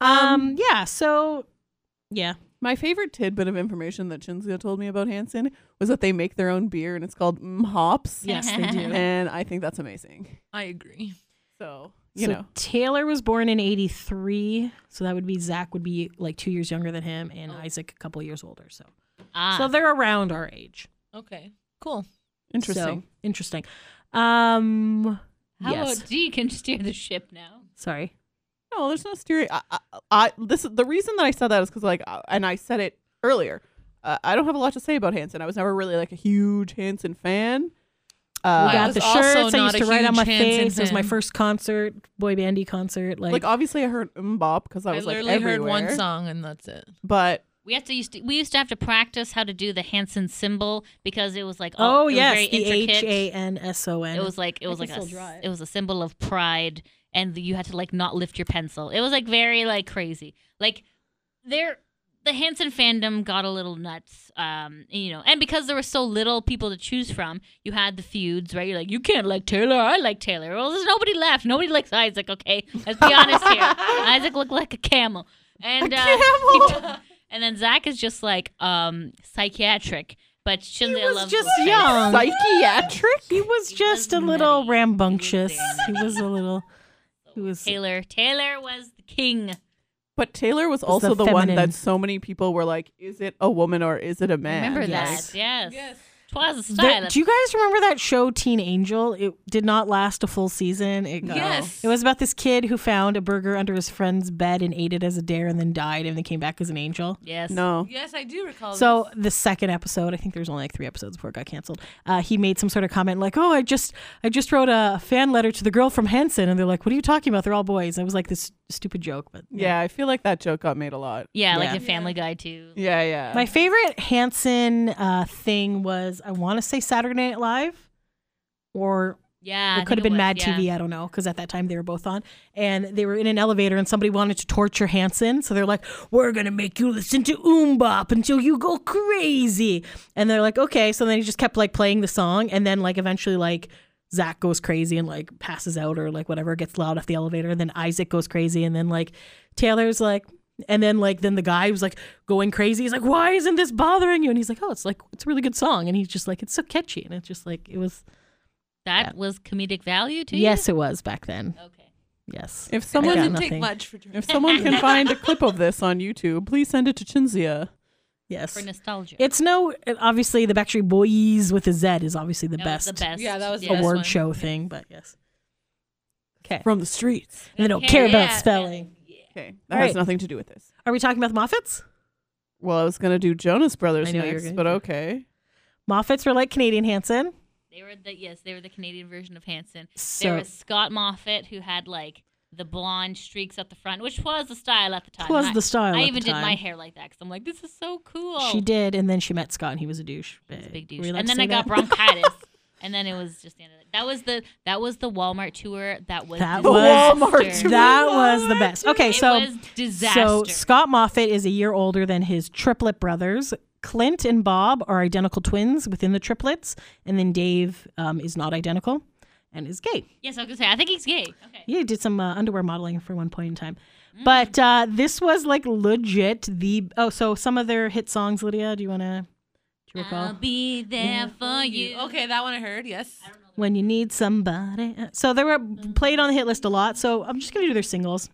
Speaker 2: Um, yeah. So, yeah.
Speaker 1: My favorite tidbit of information that Shinzia told me about Hanson was that they make their own beer and it's called Mm Hops.
Speaker 2: Yes, they do.
Speaker 1: And I think that's amazing.
Speaker 3: I agree.
Speaker 1: So, you
Speaker 2: so
Speaker 1: know,
Speaker 2: Taylor was born in 83, so that would be Zach would be like 2 years younger than him and Isaac a couple years older, so.
Speaker 4: Ah,
Speaker 2: So they're around our age.
Speaker 3: Okay. Cool.
Speaker 1: interesting.
Speaker 2: So, interesting. Um
Speaker 4: how
Speaker 2: yes.
Speaker 4: about D can steer the ship now?
Speaker 2: Sorry.
Speaker 1: No, there's no stereo. I, I, I this the reason that I said that is because like, uh, and I said it earlier. Uh, I don't have a lot to say about Hanson. I was never really like a huge Hanson fan.
Speaker 2: We
Speaker 1: Uh,
Speaker 3: I
Speaker 2: got
Speaker 3: was
Speaker 2: the
Speaker 3: also
Speaker 2: shirts. I
Speaker 3: not
Speaker 2: used
Speaker 3: a
Speaker 2: to write on
Speaker 3: huge
Speaker 2: my
Speaker 3: Hanson
Speaker 2: face. It was my
Speaker 3: fan.
Speaker 2: first concert, boy bandy concert. Like,
Speaker 1: like oh, obviously I heard Mbop because I was like
Speaker 3: literally
Speaker 1: everywhere.
Speaker 3: heard one song and that's it.
Speaker 1: but
Speaker 4: We have to used to, we used to have to practice how to do the Hanson symbol because it was like all, it
Speaker 2: oh
Speaker 4: was
Speaker 2: yes,
Speaker 4: very
Speaker 2: the H
Speaker 4: intricate.
Speaker 2: A N S O N.
Speaker 4: It was like it
Speaker 2: I
Speaker 4: was
Speaker 2: can
Speaker 4: like a
Speaker 2: still
Speaker 4: s-
Speaker 2: drive.
Speaker 4: it was a symbol of pride, and you had to like not lift your pencil. It was like very like crazy. Like there, the Hanson fandom got a little nuts, um, you know. And because there was so little people to choose from, you had the feuds, right? You're like, you can't like Taylor. I like Taylor. Well, there's nobody left. Nobody likes Isaac. Okay, let's be honest here. Isaac looked like a camel, and uh, he t- and then Zach is just like um psychiatric. But Shinzia
Speaker 2: was
Speaker 4: loves
Speaker 2: just
Speaker 4: little Taylor.
Speaker 2: young. Um,
Speaker 1: psychiatric.
Speaker 2: he was just a
Speaker 4: was
Speaker 2: little
Speaker 4: nutty.
Speaker 2: rambunctious.
Speaker 4: He
Speaker 2: He was a little he was
Speaker 4: Taylor. Taylor was the king.
Speaker 1: But Taylor was
Speaker 2: was
Speaker 1: also
Speaker 2: the
Speaker 1: the, one
Speaker 2: feminine.
Speaker 1: that so many people were like, "Is it a woman or is it a man?"
Speaker 4: Remember
Speaker 2: Yes.
Speaker 4: that? Yes.
Speaker 3: Yes.
Speaker 4: Twas a
Speaker 2: There-
Speaker 4: style.
Speaker 2: do you guys remember that show Teen Angel? It did not last a full season. It got-
Speaker 3: Yes.
Speaker 2: It was about this kid who found a burger under his friend's bed and ate it as a dare and then died and then came back as an angel.
Speaker 4: yes.
Speaker 1: No.
Speaker 3: Yes, I do recall.
Speaker 2: So the second episode, I think there's only like three episodes before it got canceled. Uh, he made some sort of comment like, "Oh, I just, I just wrote a fan letter to the girl from Henson," and they're like, "What are you talking about? They're all boys." It was like this stupid joke, but
Speaker 1: Yeah, I feel like that joke got made a lot.
Speaker 4: Yeah, like
Speaker 2: Yeah.
Speaker 4: in Family Guy too.
Speaker 1: Yeah, yeah.
Speaker 2: My favorite Hanson uh, thing was I want to say Saturday Night Live, or
Speaker 4: Yeah. I
Speaker 2: it could have
Speaker 4: think
Speaker 2: been
Speaker 4: was,
Speaker 2: Mad
Speaker 4: yeah.
Speaker 2: TV. I don't know because at that time they were both on, and they were in an elevator, and somebody wanted to torture Hanson, so they're like, "We're gonna make you listen to Oombop until you go crazy," and they're like, "Okay." So then he just kept like playing the song, and then like eventually like Zach goes crazy and like passes out or like whatever gets loud off the elevator, and then Isaac goes crazy, and then like Taylor's like. And then, like, then the guy was like going crazy. He's like, "Why isn't this bothering you?" And he's like, "Oh, it's like it's a really good song." And he's just like, "It's so catchy." And it's just like it was.
Speaker 4: That was comedic value to you.
Speaker 2: Yes, it was back then.
Speaker 4: Okay.
Speaker 2: Yes.
Speaker 1: if
Speaker 3: it
Speaker 2: I got
Speaker 1: someone
Speaker 3: doesn't take
Speaker 2: nothing.
Speaker 3: much for turn.
Speaker 1: if someone can find a clip of this on YouTube, please send it to Chinzia.
Speaker 2: Yes.
Speaker 4: For nostalgia.
Speaker 2: It's no obviously the Backstreet Boys with a Z is obviously the
Speaker 4: that
Speaker 2: best,
Speaker 4: was the best.
Speaker 3: Yeah, that was the best.
Speaker 2: award
Speaker 3: one.
Speaker 2: show thing, but yes. Okay.
Speaker 1: From the streets.
Speaker 2: And they don't care
Speaker 4: Yeah,
Speaker 2: about
Speaker 4: yeah.
Speaker 2: spelling.
Speaker 1: Okay, that
Speaker 2: All right.
Speaker 1: has nothing to do with this.
Speaker 2: Are we talking about the Moffats?
Speaker 1: Well, I was gonna do Jonas Brothers
Speaker 2: I know you were
Speaker 1: next,
Speaker 2: gonna
Speaker 1: but
Speaker 2: do-
Speaker 1: okay.
Speaker 2: Moffats were like Canadian Hanson.
Speaker 4: They were the yes, they were the Canadian version of Hanson.
Speaker 2: So
Speaker 4: there was Scott Moffat who had like the blonde streaks up the front, which was the style at the time.
Speaker 2: was
Speaker 4: And
Speaker 2: the style.
Speaker 4: I, I
Speaker 2: at
Speaker 4: even
Speaker 2: the time.
Speaker 4: did my hair like that because I'm like, this is so cool.
Speaker 2: She did, and then she met Scott, and he was a douche.
Speaker 4: It was a big
Speaker 2: Were you
Speaker 4: douche.
Speaker 2: allowed
Speaker 4: And
Speaker 2: to
Speaker 4: then
Speaker 2: say
Speaker 4: I
Speaker 2: that?
Speaker 4: got bronchitis. and then it was just the end of it. That was the that was the Walmart tour. That was
Speaker 2: That
Speaker 1: The Walmart
Speaker 4: disaster.
Speaker 1: tour.
Speaker 2: that was the best. Okay,
Speaker 4: It
Speaker 2: so
Speaker 4: was disaster.
Speaker 2: So Scott Moffat is a year older than his triplet brothers. Clint and Bob are identical twins within the triplets, and then Dave um, is not identical and is gay.
Speaker 4: yes, I was gonna say I think he's gay. Okay.
Speaker 2: Yeah, he did some uh, underwear modeling for one point in time.
Speaker 4: Mm.
Speaker 2: But uh, this was like legit the oh, so some of their hit songs, Lydia. Do you want to do you recall
Speaker 4: I'll Um, be there for you.
Speaker 3: Okay, that one I heard. Yes.
Speaker 2: when you need somebody? uh, So they were
Speaker 4: Mm-hmm.
Speaker 2: played on the hit list a lot. So I'm just gonna do their singles.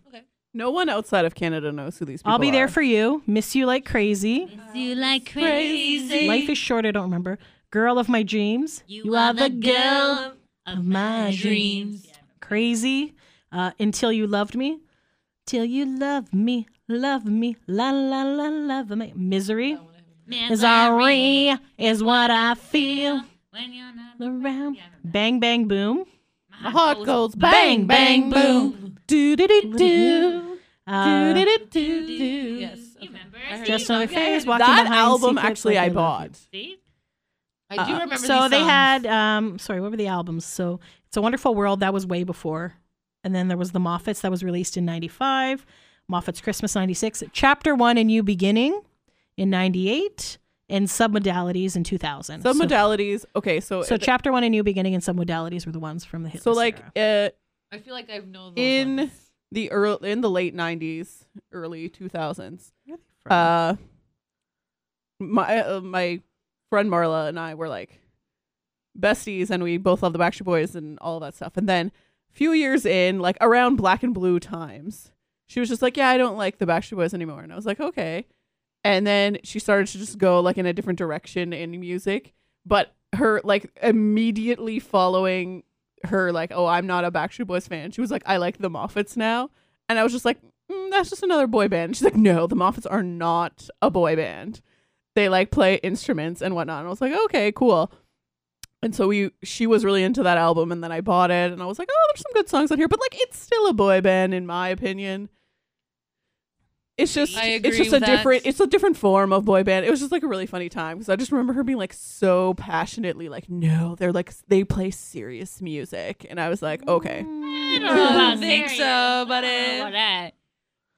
Speaker 1: No one outside of Canada knows who these people are.
Speaker 2: I'll be there for you. Miss you like crazy.
Speaker 4: Miss you like crazy.
Speaker 2: Life is short. I don't remember. Girl of my dreams.
Speaker 4: You, are, the girl of my dreams.
Speaker 2: Crazy. Uh, until you loved me. Till you love me. Love me. La la la love me. Misery.
Speaker 4: Misery
Speaker 2: Misery is what I feel
Speaker 4: When you're not
Speaker 2: around. Bang bang boom.
Speaker 1: My heart goes
Speaker 2: Bang,
Speaker 1: bang,
Speaker 2: bang,
Speaker 1: bang, boom. Do do do do.
Speaker 2: Uh,
Speaker 1: Do do do do do.
Speaker 3: Yes.
Speaker 4: You remember?
Speaker 2: just
Speaker 4: Steve?
Speaker 2: another
Speaker 4: Okay.
Speaker 2: phase. Walking
Speaker 1: That
Speaker 2: behind
Speaker 1: album
Speaker 2: secrets
Speaker 1: actually
Speaker 2: like
Speaker 1: I
Speaker 2: love you.
Speaker 1: bought.
Speaker 4: Steve?
Speaker 3: I do
Speaker 1: Uh,
Speaker 3: remember.
Speaker 2: So
Speaker 3: these
Speaker 2: they
Speaker 3: songs.
Speaker 2: had um sorry, what were the albums? So It's a Wonderful World, that was way before. And then there was the Moffats that was released in ninety five, Moffats Christmas ninety six, chapter one and New Beginning in ninety eight, and submodalities in two thousand.
Speaker 1: Some modalities. Okay, so
Speaker 2: So, so chapter one and New Beginning and submodalities were the ones from the hit
Speaker 1: so
Speaker 2: list
Speaker 1: like
Speaker 2: era.
Speaker 1: uh,
Speaker 3: I feel like I know those
Speaker 1: In-
Speaker 3: ones.
Speaker 1: the early in the late '90s, early 2000s.
Speaker 2: Where are they from?
Speaker 1: Uh, my uh, my friend Marla and I were like besties, and we both love the Backstreet Boys and all that stuff. And then a few years in, like around Black and Blue times, she was just like, "Yeah, I don't like the Backstreet Boys anymore," and I was like, "Okay." And then she started to just go like in a different direction in music, but her like immediately following her like, "Oh, I'm not a Backstreet Boys fan," she was like, "I like the Moffats now," and I was just like, mm, that's just another boy band. She's like, no, the Moffats are not a boy band. They like play instruments and whatnot. And I was like, okay, cool. And so we, she was really into that album, and then I bought it, and I was like, oh, there's some good songs on here, but like, it's still a boy band in my opinion. It's just,
Speaker 3: I
Speaker 1: it's
Speaker 3: agree
Speaker 1: just a
Speaker 3: with that.
Speaker 1: different, it's a different form of boy band. It was just like a really funny time because I just remember her being like so passionately like, no, they're like they play serious music, and I was like, okay,
Speaker 3: Mm,
Speaker 4: I don't know about
Speaker 3: Think
Speaker 4: serious.
Speaker 3: so,
Speaker 4: I don't
Speaker 3: but
Speaker 4: know
Speaker 3: it-
Speaker 4: about that.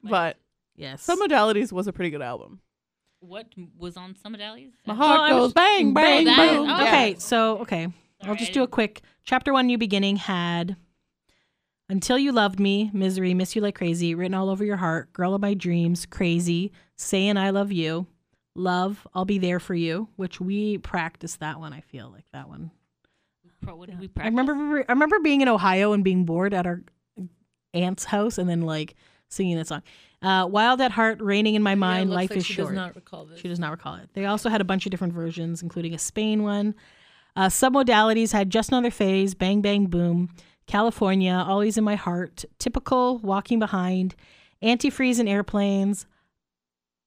Speaker 1: but
Speaker 2: Yes.
Speaker 1: some modalities was a pretty good album.
Speaker 4: What was on some medallions?
Speaker 1: My
Speaker 2: Oh, I
Speaker 1: heart
Speaker 2: was-
Speaker 1: goes bang, bang,
Speaker 4: that-
Speaker 1: boom.
Speaker 4: oh,
Speaker 2: Okay,
Speaker 1: Yeah.
Speaker 2: so okay. I'll just do a quick chapter one new beginning had Until You Loved Me, Misery, Miss You Like Crazy, Written All Over Your Heart, Girl of My Dreams, Crazy, Saying I Love You, Love, I'll Be There For You, which we practiced that one, I feel like that one.
Speaker 4: Pro, what did we
Speaker 2: I
Speaker 4: practice?
Speaker 2: remember I remember being in Ohio and being bored at our aunt's house and then like singing that song. Uh, Wild at Heart, Raining in My
Speaker 3: Yeah, it
Speaker 2: Mind,
Speaker 3: looks
Speaker 2: Life
Speaker 3: like
Speaker 2: is
Speaker 3: she
Speaker 2: Short.
Speaker 3: Does not recall this.
Speaker 2: She does not recall it. They also had a bunch of different versions, including a Spain one. Uh, submodalities had Just Another Phase, Bang Bang Boom, California, Always in My Heart, Typical, Walking Behind, Antifreeze in Airplanes,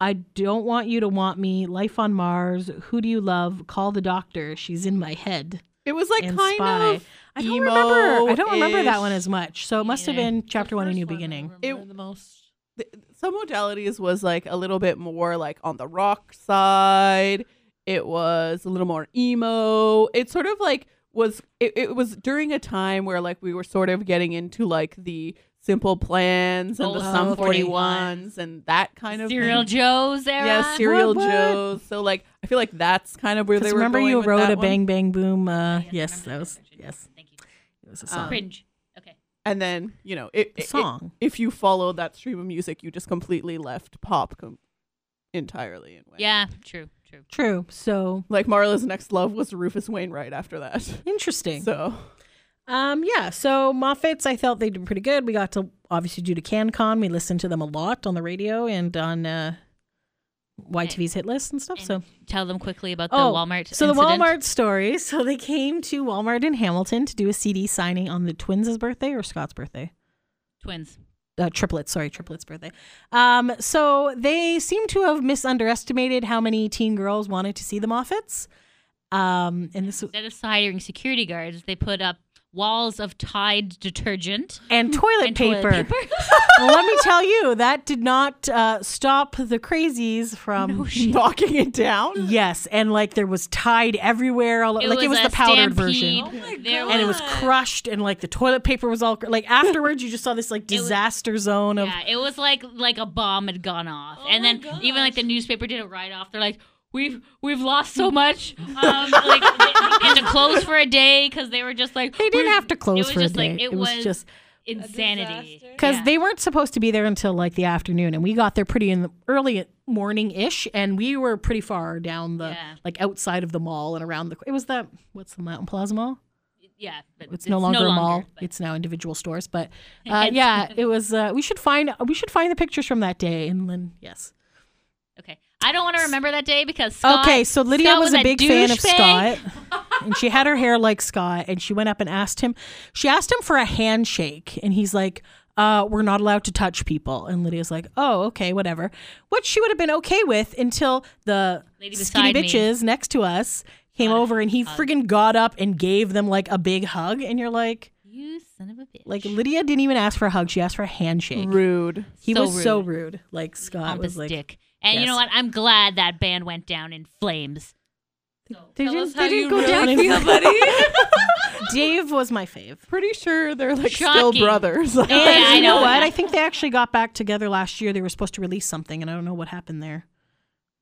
Speaker 2: I Don't Want You to Want Me, Life on Mars, Who Do You Love, Call the Doctor, She's in My Head,
Speaker 1: It was like
Speaker 2: and
Speaker 1: kind
Speaker 2: Spy.
Speaker 1: of.
Speaker 2: I don't remember. I don't remember that
Speaker 1: emo-ish.
Speaker 2: one as much. So it must have
Speaker 4: Yeah.
Speaker 2: been Chapter
Speaker 3: The
Speaker 2: One: A
Speaker 3: first
Speaker 2: New
Speaker 3: I
Speaker 2: Beginning.
Speaker 3: remember
Speaker 1: It-
Speaker 3: the most.
Speaker 1: th- Some modalities was like a little bit more like on the rock side. It was a little more emo. It sort of like was it, it was during a time where like we were sort of getting into like the simple plans and the
Speaker 4: Oh,
Speaker 1: sum
Speaker 4: 41s.
Speaker 1: 41s and that kind of
Speaker 4: Serial
Speaker 1: thing.
Speaker 4: Joe's era.
Speaker 1: yeah serial
Speaker 2: What, what?
Speaker 1: joes so like i feel like that's kind of where they
Speaker 2: Because
Speaker 1: were
Speaker 2: remember,
Speaker 1: going
Speaker 2: you
Speaker 1: with
Speaker 2: wrote
Speaker 1: that
Speaker 2: a
Speaker 1: one.
Speaker 2: Bang Bang Boom. Uh,
Speaker 4: I
Speaker 2: yes,
Speaker 4: remember
Speaker 2: that was
Speaker 4: actually.
Speaker 2: yes.
Speaker 4: Thank you.
Speaker 2: It was a
Speaker 1: Um,
Speaker 2: song.
Speaker 4: Cringe. Okay.
Speaker 1: and then you know it,
Speaker 2: The
Speaker 1: it- it-
Speaker 2: song.
Speaker 1: if you followed that stream of music you just completely left pop com- entirely and went.
Speaker 4: Yeah. True. True.
Speaker 2: True. So
Speaker 1: like marla's next love was rufus wainwright after that
Speaker 2: interesting.
Speaker 1: so
Speaker 2: um, yeah. So Moffat's, I felt they did pretty good. We got to obviously due to CanCon, we listened to them a lot on the radio and on uh, YTV's hit list and stuff.
Speaker 4: And
Speaker 2: so
Speaker 4: Tell them quickly about
Speaker 2: Oh,
Speaker 4: the Walmart.
Speaker 2: so the
Speaker 4: incident.
Speaker 2: Walmart story. So they came to Walmart in Hamilton to do a CD signing on the twins' birthday or Scott's birthday.
Speaker 4: twins.
Speaker 2: uh, triplets, sorry, triplets' birthday. Um, so they seem to have misunderestimated how many teen girls wanted to see the Moffats. Um, and this
Speaker 4: Instead of hiring security guards, they put up walls of Tide detergent
Speaker 2: and toilet
Speaker 4: and
Speaker 2: paper.
Speaker 4: toilet paper.
Speaker 2: Well, let me tell you, that did not uh, stop the crazies from.
Speaker 1: knocking it down.
Speaker 2: Yes, and like there was Tide everywhere, all like it was
Speaker 4: a
Speaker 2: the powdered version.
Speaker 4: stampede.
Speaker 2: Oh
Speaker 3: my
Speaker 4: There
Speaker 3: God.
Speaker 2: and it was crushed and like the toilet paper was all like afterwards you just saw this like disaster zone of
Speaker 4: Yeah, it was like like a bomb had gone off,
Speaker 2: Oh
Speaker 4: and
Speaker 3: my
Speaker 4: then
Speaker 3: gosh.
Speaker 4: even like the newspaper did a write off. They're like, "We've we've lost so much," um, like they, and to close for a day because they were just like
Speaker 2: they didn't
Speaker 4: "We're-"
Speaker 2: have to
Speaker 4: it
Speaker 2: close
Speaker 4: was
Speaker 2: for
Speaker 4: just
Speaker 2: a day
Speaker 4: like it,
Speaker 2: was,
Speaker 4: was
Speaker 2: just
Speaker 4: insanity
Speaker 3: disaster.
Speaker 2: because
Speaker 4: Yeah.
Speaker 2: they weren't supposed to be there until like the afternoon and we got there pretty in the early morning ish and we were pretty far down the
Speaker 4: Yeah.
Speaker 2: like outside of the mall and around the it was the what's the mountain plaza mall
Speaker 4: yeah, but
Speaker 2: it's, no longer a mall.
Speaker 4: but-
Speaker 2: It's now individual stores. But uh, yeah, it was. Uh, we should find we should find the pictures from that day. And then yes,
Speaker 4: okay, I don't want to remember that day because Scott,
Speaker 2: okay. So Lydia
Speaker 4: Scott
Speaker 2: was, a big fan of
Speaker 4: douchebag.
Speaker 2: Scott, and she had her hair like Scott. And she went up and asked him. She asked him for a handshake, and he's like. Uh, we're not allowed to touch people. And Lydia's like, oh, okay, whatever. Which she would have been okay with until the
Speaker 4: Lady
Speaker 2: skinny
Speaker 4: beside me.
Speaker 2: bitches next to us came over and he friggin' got up and gave them like a big hug. And you're like,
Speaker 4: You son of a bitch.
Speaker 2: like Lydia didn't even ask for a hug; she asked for a handshake.
Speaker 1: Rude.
Speaker 2: He
Speaker 4: So
Speaker 2: was so rude. Like Scott
Speaker 4: pompous
Speaker 2: was like,
Speaker 4: dick. And you
Speaker 2: yes.
Speaker 4: know what? I'm glad that band went down in flames.
Speaker 2: they
Speaker 3: Tell us
Speaker 2: didn't,
Speaker 3: how
Speaker 2: they didn't
Speaker 3: you
Speaker 2: go down.
Speaker 3: really
Speaker 2: in
Speaker 3: feel,
Speaker 2: flames."
Speaker 3: buddy.
Speaker 2: Dave was my fave.
Speaker 1: Pretty sure they're like still
Speaker 4: Shocking.
Speaker 1: brothers. Like,
Speaker 4: Yeah,
Speaker 2: And
Speaker 4: I
Speaker 2: you know
Speaker 4: know.
Speaker 2: what? I think they actually got back together last year. They were supposed to release something, and I don't know what happened there.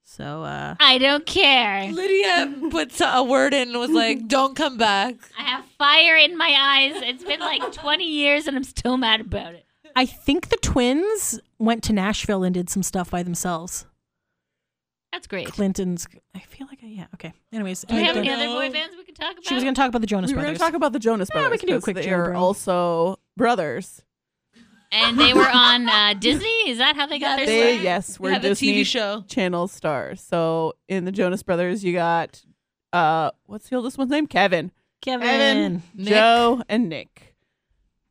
Speaker 2: So uh
Speaker 4: I don't care.
Speaker 3: Lydia put a word in and was like, don't come back.
Speaker 4: I have fire in my eyes. It's been like 20 years and I'm still mad about it.
Speaker 2: I think the twins went to Nashville and did some stuff by themselves.
Speaker 4: That's great.
Speaker 2: Clinton's. I feel like I, yeah. Okay. Anyways,
Speaker 4: Do we
Speaker 2: I
Speaker 4: have
Speaker 2: don't-
Speaker 4: any other
Speaker 3: know.
Speaker 4: boy bands we can talk about?
Speaker 2: she was going to talk about the Jonas
Speaker 1: we were going
Speaker 2: Brothers.
Speaker 1: to talk about the Jonas
Speaker 2: Yeah, we
Speaker 1: Brothers.
Speaker 2: can do a
Speaker 1: 'cause
Speaker 2: quick
Speaker 1: They
Speaker 2: Joe
Speaker 1: are
Speaker 2: Bro.
Speaker 1: also brothers.
Speaker 4: and they were on uh, Disney. Is that how they got
Speaker 3: Yeah,
Speaker 4: their
Speaker 1: They
Speaker 3: right.
Speaker 4: start?
Speaker 1: yes
Speaker 3: We
Speaker 1: were
Speaker 3: have a
Speaker 1: Disney
Speaker 3: TV show.
Speaker 1: Channel stars. So in the Jonas Brothers, you got uh, what's the oldest one's name? Kevin,
Speaker 2: Kevin.
Speaker 1: Evan.
Speaker 3: Nick.
Speaker 1: Joe, and Nick.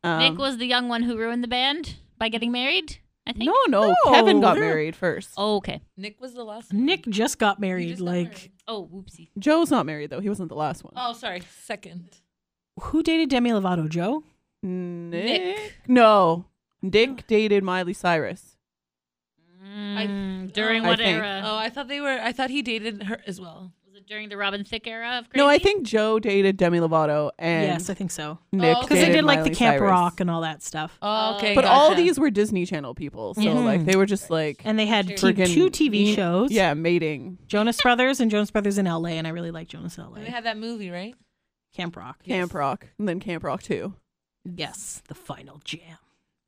Speaker 1: Um,
Speaker 4: Nick was the young one who ruined the band by getting married. I think.
Speaker 1: no, no,
Speaker 2: No,
Speaker 1: Kevin got
Speaker 2: they're-
Speaker 1: married first.
Speaker 4: Oh, okay.
Speaker 3: Nick was the last one.
Speaker 2: Nick just got married.
Speaker 3: just got
Speaker 2: like.
Speaker 3: married.
Speaker 4: Oh, whoopsie.
Speaker 1: Joe's not married though. He wasn't the last one.
Speaker 3: Oh, sorry. Second.
Speaker 2: who dated Demi Lovato? Joe?
Speaker 1: Nick? No, Nick dated Miley Cyrus.
Speaker 4: Mm, during
Speaker 1: I
Speaker 4: what
Speaker 1: think-
Speaker 4: era?
Speaker 3: Oh, I thought they were. I thought he dated her as well.
Speaker 4: Was it during the Robin Thicke era of crazy?
Speaker 1: No, I think Joe dated Demi Lovato and
Speaker 2: yes, I think so.
Speaker 1: Nick
Speaker 3: Oh, okay.
Speaker 2: Because they
Speaker 1: dated
Speaker 2: did like
Speaker 1: Miley
Speaker 2: the Camp
Speaker 1: Cyrus.
Speaker 2: Rock and all that stuff.
Speaker 3: Oh, okay.
Speaker 1: But all
Speaker 3: gotcha.
Speaker 1: these were Disney Channel people, so
Speaker 2: Mhm.
Speaker 1: like they were just like
Speaker 2: And they had t-
Speaker 1: friggin'
Speaker 2: two TV shows.
Speaker 1: Yeah, mating.
Speaker 2: Jonas Brothers and Jonas Brothers in LA, and I really like Jonas in LA.
Speaker 3: And they had that movie, right?
Speaker 2: Camp Rock.
Speaker 1: Camp Rock, and then Camp Rock 2.
Speaker 2: Yes, the final jam.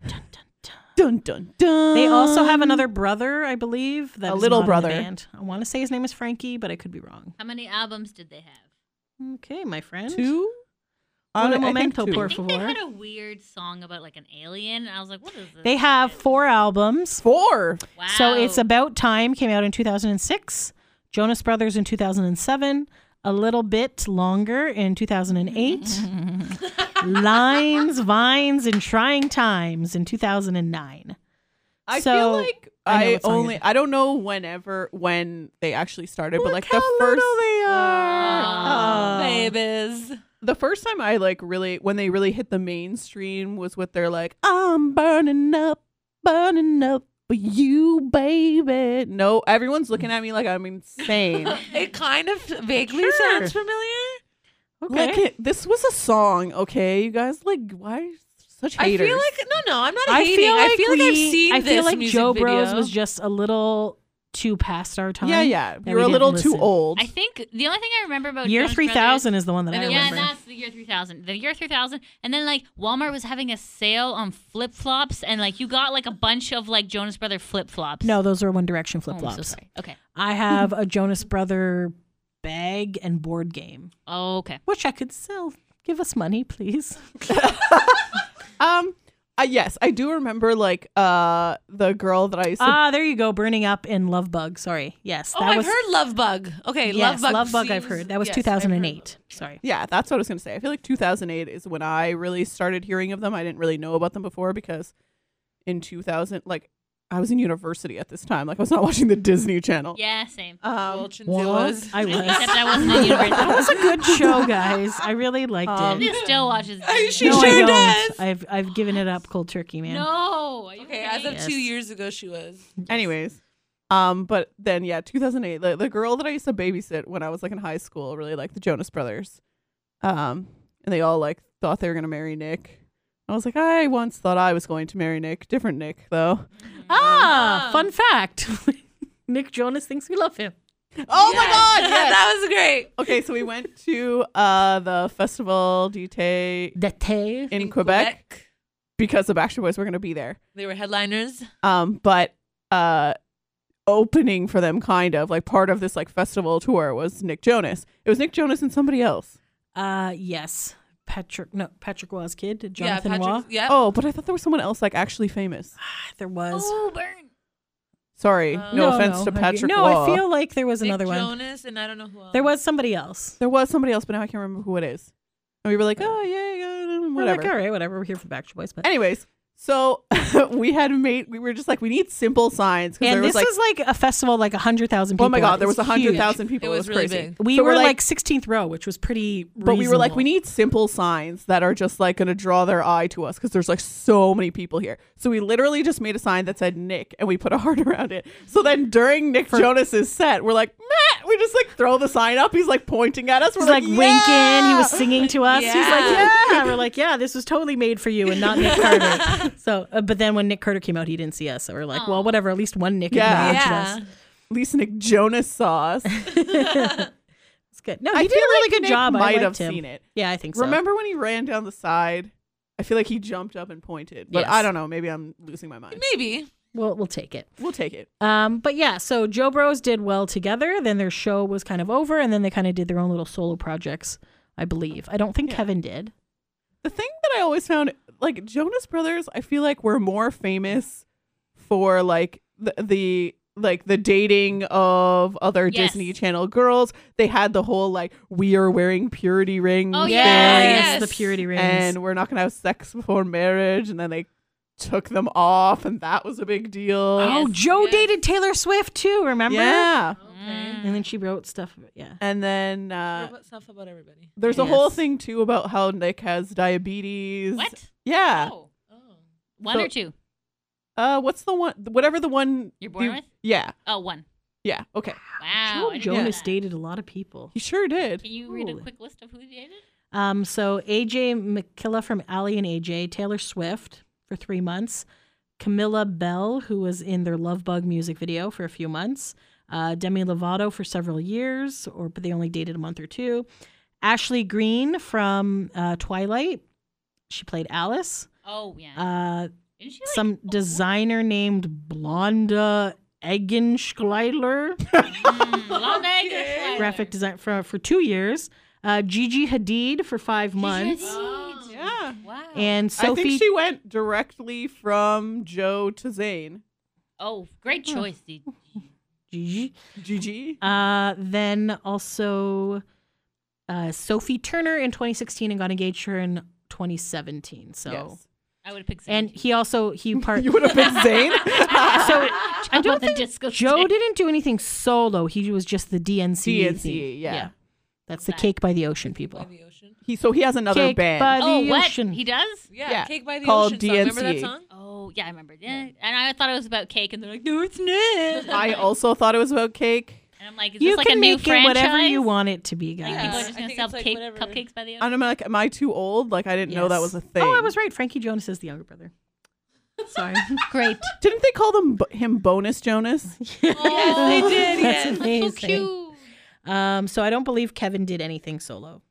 Speaker 2: Dun, dun, dun.
Speaker 1: Dun dun dun.
Speaker 2: They also have another brother, I believe. That
Speaker 1: A
Speaker 2: is
Speaker 1: little
Speaker 2: not in the
Speaker 1: brother.
Speaker 2: band. I want to say his name is Frankie, but I could be wrong.
Speaker 4: How many albums did they have?
Speaker 2: Okay, my friend.
Speaker 1: two.
Speaker 2: What
Speaker 1: I
Speaker 2: a
Speaker 1: think
Speaker 2: memento,
Speaker 1: two.
Speaker 2: por
Speaker 4: I think they
Speaker 2: favor.
Speaker 4: had a weird song about like an alien, and I was like, "What is this?"
Speaker 2: They have
Speaker 4: shit?
Speaker 2: four albums.
Speaker 1: Four.
Speaker 4: Wow.
Speaker 2: So it's About Time came out in 2006, Jonas Brothers in 2007, A Little Bit Longer in 2008, Lines, Vines, and Trying Times in 2009.
Speaker 1: I
Speaker 2: So-
Speaker 1: feel like
Speaker 2: I know
Speaker 1: I,
Speaker 2: what song it
Speaker 1: only
Speaker 2: is.
Speaker 1: I don't know whenever when they actually started, but like the
Speaker 2: how
Speaker 1: first Ah.
Speaker 2: little they
Speaker 4: are.
Speaker 2: Oh.
Speaker 3: Babies.
Speaker 1: the first time I like really when they really hit the mainstream was with their like I'm burning up, burning up for you, baby. No, everyone's looking at me like I'm insane.
Speaker 3: It kind of vaguely
Speaker 1: Sure.
Speaker 3: sounds familiar.
Speaker 1: Like it- this was a song, okay? You guys like why are you such
Speaker 3: I
Speaker 1: haters?
Speaker 3: feel like no, no, I'm not
Speaker 2: I
Speaker 3: hating.
Speaker 2: feel like,
Speaker 3: I feel like I've
Speaker 2: we-
Speaker 3: seen
Speaker 2: I
Speaker 3: this
Speaker 2: feel like
Speaker 3: music
Speaker 2: Joe
Speaker 3: video.
Speaker 2: Bros was just a little too past our time.
Speaker 1: yeah, yeah,
Speaker 2: that
Speaker 1: we
Speaker 2: we
Speaker 1: were a
Speaker 2: didn't
Speaker 1: little too
Speaker 2: listen.
Speaker 1: old.
Speaker 4: I think the only thing I remember about
Speaker 2: Year
Speaker 4: Oh, Jonas
Speaker 2: 3000 is the one that
Speaker 3: And
Speaker 2: I
Speaker 3: it was-
Speaker 4: Brothers, yeah,
Speaker 2: remember.
Speaker 4: that's the year 3000. The year 3000, and then like Walmart was having a sale on flip flops, and like you got like a bunch of like Jonas Brother flip flops.
Speaker 2: no, those are One Direction
Speaker 4: Oh,
Speaker 2: flip
Speaker 4: I'm so
Speaker 2: flops.
Speaker 4: sorry. Okay.
Speaker 2: I have a Jonas Brother bag and board game.
Speaker 4: Oh, okay.
Speaker 2: which I could sell. Give us money, please.
Speaker 1: Um. Uh, yes, I do remember like uh the girl that I used to.
Speaker 2: Ah, there you go. Burning up in Love Bug. Sorry. Yes,
Speaker 3: Oh,
Speaker 2: that
Speaker 3: I've
Speaker 2: was.
Speaker 3: heard Love Bug. Okay,
Speaker 2: yes,
Speaker 3: Love Bug.
Speaker 2: I've
Speaker 3: seems-
Speaker 2: heard that was
Speaker 3: yes, I've heard
Speaker 2: 2008. Sorry.
Speaker 1: yeah, that's what I was gonna say. I feel like 2008 is when I really started hearing of them. I didn't really know about them before because in 2000. Like, I was in university at this time. Like, I was not watching the Disney Channel.
Speaker 4: Yeah, same.
Speaker 1: Um,
Speaker 3: Chinzilla was.
Speaker 2: I was.
Speaker 4: Except I wasn't at
Speaker 2: that
Speaker 4: university.
Speaker 2: was a good show, guys. I really liked
Speaker 1: Um,
Speaker 2: it.
Speaker 4: Liz still watches.
Speaker 3: She
Speaker 4: no,
Speaker 2: no, I don't.
Speaker 3: sure does.
Speaker 2: I've I've given it up cold turkey, man.
Speaker 4: No. Are you
Speaker 3: Okay, as of
Speaker 4: kidding?
Speaker 3: two
Speaker 2: Yes.
Speaker 3: years ago, she was.
Speaker 1: Anyways, um, but then yeah, 2008. The, the girl that I used to babysit when I was like in high school really liked the Jonas Brothers, um, and they all like thought they were gonna marry Nick. I was like, I once thought I was going to marry Nick, different Nick though.
Speaker 2: Ah,
Speaker 3: Ah.
Speaker 2: fun fact. Nick Jonas thinks we love him.
Speaker 1: Oh my
Speaker 3: Yes.
Speaker 1: God! yes!
Speaker 3: that was great.
Speaker 1: okay, so we went to uh the Festival d'été
Speaker 2: The tail.
Speaker 1: in, Quebec, because the Backstreet Boys were gonna be there.
Speaker 3: They were headliners.
Speaker 1: Um, but uh, opening for them, kind of like part of this like festival tour was Nick Jonas. It was Nick Jonas and somebody else.
Speaker 2: Uh, yes. Patrick, no, Patrick Waugh's kid, Jonathan
Speaker 3: yeah,
Speaker 2: Waugh.
Speaker 3: Patrick. Yeah.
Speaker 1: Oh, but I thought there was someone else like actually famous.
Speaker 2: Ah, There was.
Speaker 4: Oh, burn.
Speaker 1: Sorry,
Speaker 3: Uh,
Speaker 1: no,
Speaker 3: No,
Speaker 1: offense
Speaker 2: no,
Speaker 1: to
Speaker 2: have you-
Speaker 1: Patrick.
Speaker 2: No,
Speaker 1: Waugh.
Speaker 2: I feel like there was
Speaker 3: Nick
Speaker 2: another one.
Speaker 3: Jonas and I don't know who else.
Speaker 2: There was somebody else.
Speaker 1: there was somebody else, but now I can't remember who it is. And we were like, oh yeah, yeah
Speaker 2: We're like,
Speaker 1: whatever.
Speaker 2: all right, whatever. We're here for Backstreet Boys, but
Speaker 1: Anyways, so we had made. We were just like, we need simple signs because there
Speaker 2: and
Speaker 1: was
Speaker 2: this
Speaker 1: like,
Speaker 2: is like a festival, like hundred thousand people.
Speaker 1: oh my god,
Speaker 2: It's
Speaker 1: there was
Speaker 2: huge.
Speaker 1: hundred thousand people.
Speaker 3: It was really
Speaker 1: crazy.
Speaker 3: big.
Speaker 2: We
Speaker 1: So
Speaker 2: were like sixteenth row, which was pretty.
Speaker 1: But we were like, we
Speaker 2: reasonable.
Speaker 1: need simple signs that are just like going to draw their eye to us because there's like so many people here. So we literally just made a sign that said Nick and we put a heart around it. So then during Nick Jonas's set, we're like, Matt, we just like throw the sign up. He's like pointing at us. We're
Speaker 2: He's like
Speaker 1: "Yeah!"
Speaker 2: winking. He was singing to us. He's like,
Speaker 3: Yeah.
Speaker 2: yeah. We're like, yeah, this was totally made for you and not Nick Carter. So, uh, but then when Nick Carter came out, he didn't see us. So we're like, well, whatever. At least one Nick
Speaker 1: Yeah.
Speaker 2: acknowledged
Speaker 3: yeah.
Speaker 2: us.
Speaker 1: At least Nick Jonas saw us.
Speaker 2: It's good. No, he
Speaker 1: I
Speaker 2: did a
Speaker 1: feel
Speaker 2: really
Speaker 1: like
Speaker 2: good
Speaker 1: Nick
Speaker 2: job. I
Speaker 1: might
Speaker 2: liked
Speaker 1: have
Speaker 2: him.
Speaker 1: seen it.
Speaker 2: Yeah, I think so.
Speaker 1: Remember when he ran down the side? I feel like he jumped up and pointed, but
Speaker 2: Yes.
Speaker 1: I don't know. Maybe I'm losing my mind.
Speaker 3: Maybe.
Speaker 2: we'll we'll take it.
Speaker 1: We'll take it.
Speaker 2: Um, but yeah, so Joe Bros did well together. Then their show was kind of over, and then they kind of did their own little solo projects. I believe. I don't think
Speaker 1: Yeah.
Speaker 2: Kevin did.
Speaker 1: the thing that I always found like Jonas Brothers, I feel like we're more famous for like the, the like the dating of other
Speaker 4: Yes.
Speaker 1: Disney Channel girls. They had the whole like we are wearing purity rings.
Speaker 4: Oh, yeah,
Speaker 1: thing,
Speaker 4: yes.
Speaker 2: the purity rings.
Speaker 1: And we're not gonna have sex before marriage, and then they took them off, and that was a big deal.
Speaker 2: oh,
Speaker 4: Yes,
Speaker 2: Joe
Speaker 4: yes.
Speaker 2: dated Taylor Swift too. Remember?
Speaker 1: Yeah.
Speaker 4: Mm.
Speaker 3: Okay.
Speaker 2: And then she wrote stuff. Yeah.
Speaker 1: And then
Speaker 3: What
Speaker 1: uh,
Speaker 3: about stuff about everybody?
Speaker 1: there's a whole
Speaker 2: Yes.
Speaker 1: thing too about how Nick has diabetes.
Speaker 4: What?
Speaker 1: Yeah.
Speaker 4: Oh. One
Speaker 1: So-
Speaker 4: or two?
Speaker 1: Uh, what's the one? Whatever the one
Speaker 4: You're born
Speaker 1: you-
Speaker 4: with?
Speaker 1: Yeah.
Speaker 4: Oh, one.
Speaker 1: Yeah. Okay.
Speaker 4: Wow. I
Speaker 2: Joe
Speaker 4: didn't know
Speaker 2: Jonas
Speaker 4: that.
Speaker 2: dated a lot of people.
Speaker 1: He sure did.
Speaker 4: Can you read a
Speaker 2: Ooh.
Speaker 4: quick list of who he dated?
Speaker 2: Um, so AJ McKilla from Ali and AJ, Taylor Swift for three months, Camilla Bell, who was in their Love Bug music video for a few months, uh, Demi Lovato for several years, or but they only dated a month or two. Ashley Green from uh, Twilight, she played Alice.
Speaker 4: Oh, yeah.
Speaker 2: Uh,
Speaker 4: Didn't she, like,
Speaker 2: some
Speaker 4: oh,
Speaker 2: designer named Blonda Eggenschleiler.
Speaker 4: mm, blonde egg or Schuyler?
Speaker 2: graphic design for for two years. Uh, Gigi Hadid for five
Speaker 4: She
Speaker 2: months,
Speaker 4: should
Speaker 3: months.
Speaker 4: see.
Speaker 1: Yeah.
Speaker 4: Wow.
Speaker 2: and
Speaker 1: I
Speaker 2: Sophie.
Speaker 1: think she went directly from Joe to Zane.
Speaker 4: oh, great choice. Dee.
Speaker 2: Gigi.
Speaker 1: GG.
Speaker 2: Uh, then also uh, Sophie Turner in 2016 and got engaged to her in 2017. So
Speaker 1: Yes.
Speaker 4: I would pick.
Speaker 2: and he also he part.
Speaker 1: You would have been Zane?
Speaker 2: so
Speaker 4: I
Speaker 2: don't
Speaker 4: don't the disco
Speaker 2: Joe
Speaker 4: stick.
Speaker 2: didn't do anything solo. He was just the DNC.
Speaker 1: DNC, E yeah.
Speaker 2: That's the Cake by the Ocean people.
Speaker 3: By the ocean.
Speaker 1: He so he has another
Speaker 2: Cake
Speaker 1: band.
Speaker 2: by
Speaker 4: Oh,
Speaker 2: the
Speaker 4: what?
Speaker 2: ocean.
Speaker 4: He does?
Speaker 3: Yeah,
Speaker 1: Yeah,
Speaker 3: Cake by the
Speaker 1: called
Speaker 3: Ocean. Song. Remember that
Speaker 1: DNC.
Speaker 3: song?
Speaker 4: Oh, yeah, I remember. Yeah. And I thought it was about cake, and they're like, no, it's not.
Speaker 1: I also thought it was about cake.
Speaker 4: And I'm like, is
Speaker 2: you
Speaker 4: this like
Speaker 2: can
Speaker 4: a new
Speaker 2: make it
Speaker 4: franchise?
Speaker 2: whatever you want it to be, guys.
Speaker 4: Like, people
Speaker 3: Yeah,
Speaker 4: are
Speaker 3: I
Speaker 4: just
Speaker 3: think
Speaker 4: gonna
Speaker 3: it's
Speaker 4: sell
Speaker 3: like
Speaker 4: cake,
Speaker 3: whatever.
Speaker 4: cupcakes by the ocean.
Speaker 1: And I'm like, am I too old? Like I didn't know that
Speaker 2: Yes.
Speaker 1: was a thing.
Speaker 2: Oh, I was right. Frankie Jonas is the younger brother. Sorry.
Speaker 4: Great.
Speaker 1: Didn't they call them him bonus Jonas?
Speaker 3: Yes, they did.
Speaker 2: That's
Speaker 3: Yes.
Speaker 4: so
Speaker 2: amazing.
Speaker 4: cute.
Speaker 2: Um, so I don't believe Kevin did anything solo.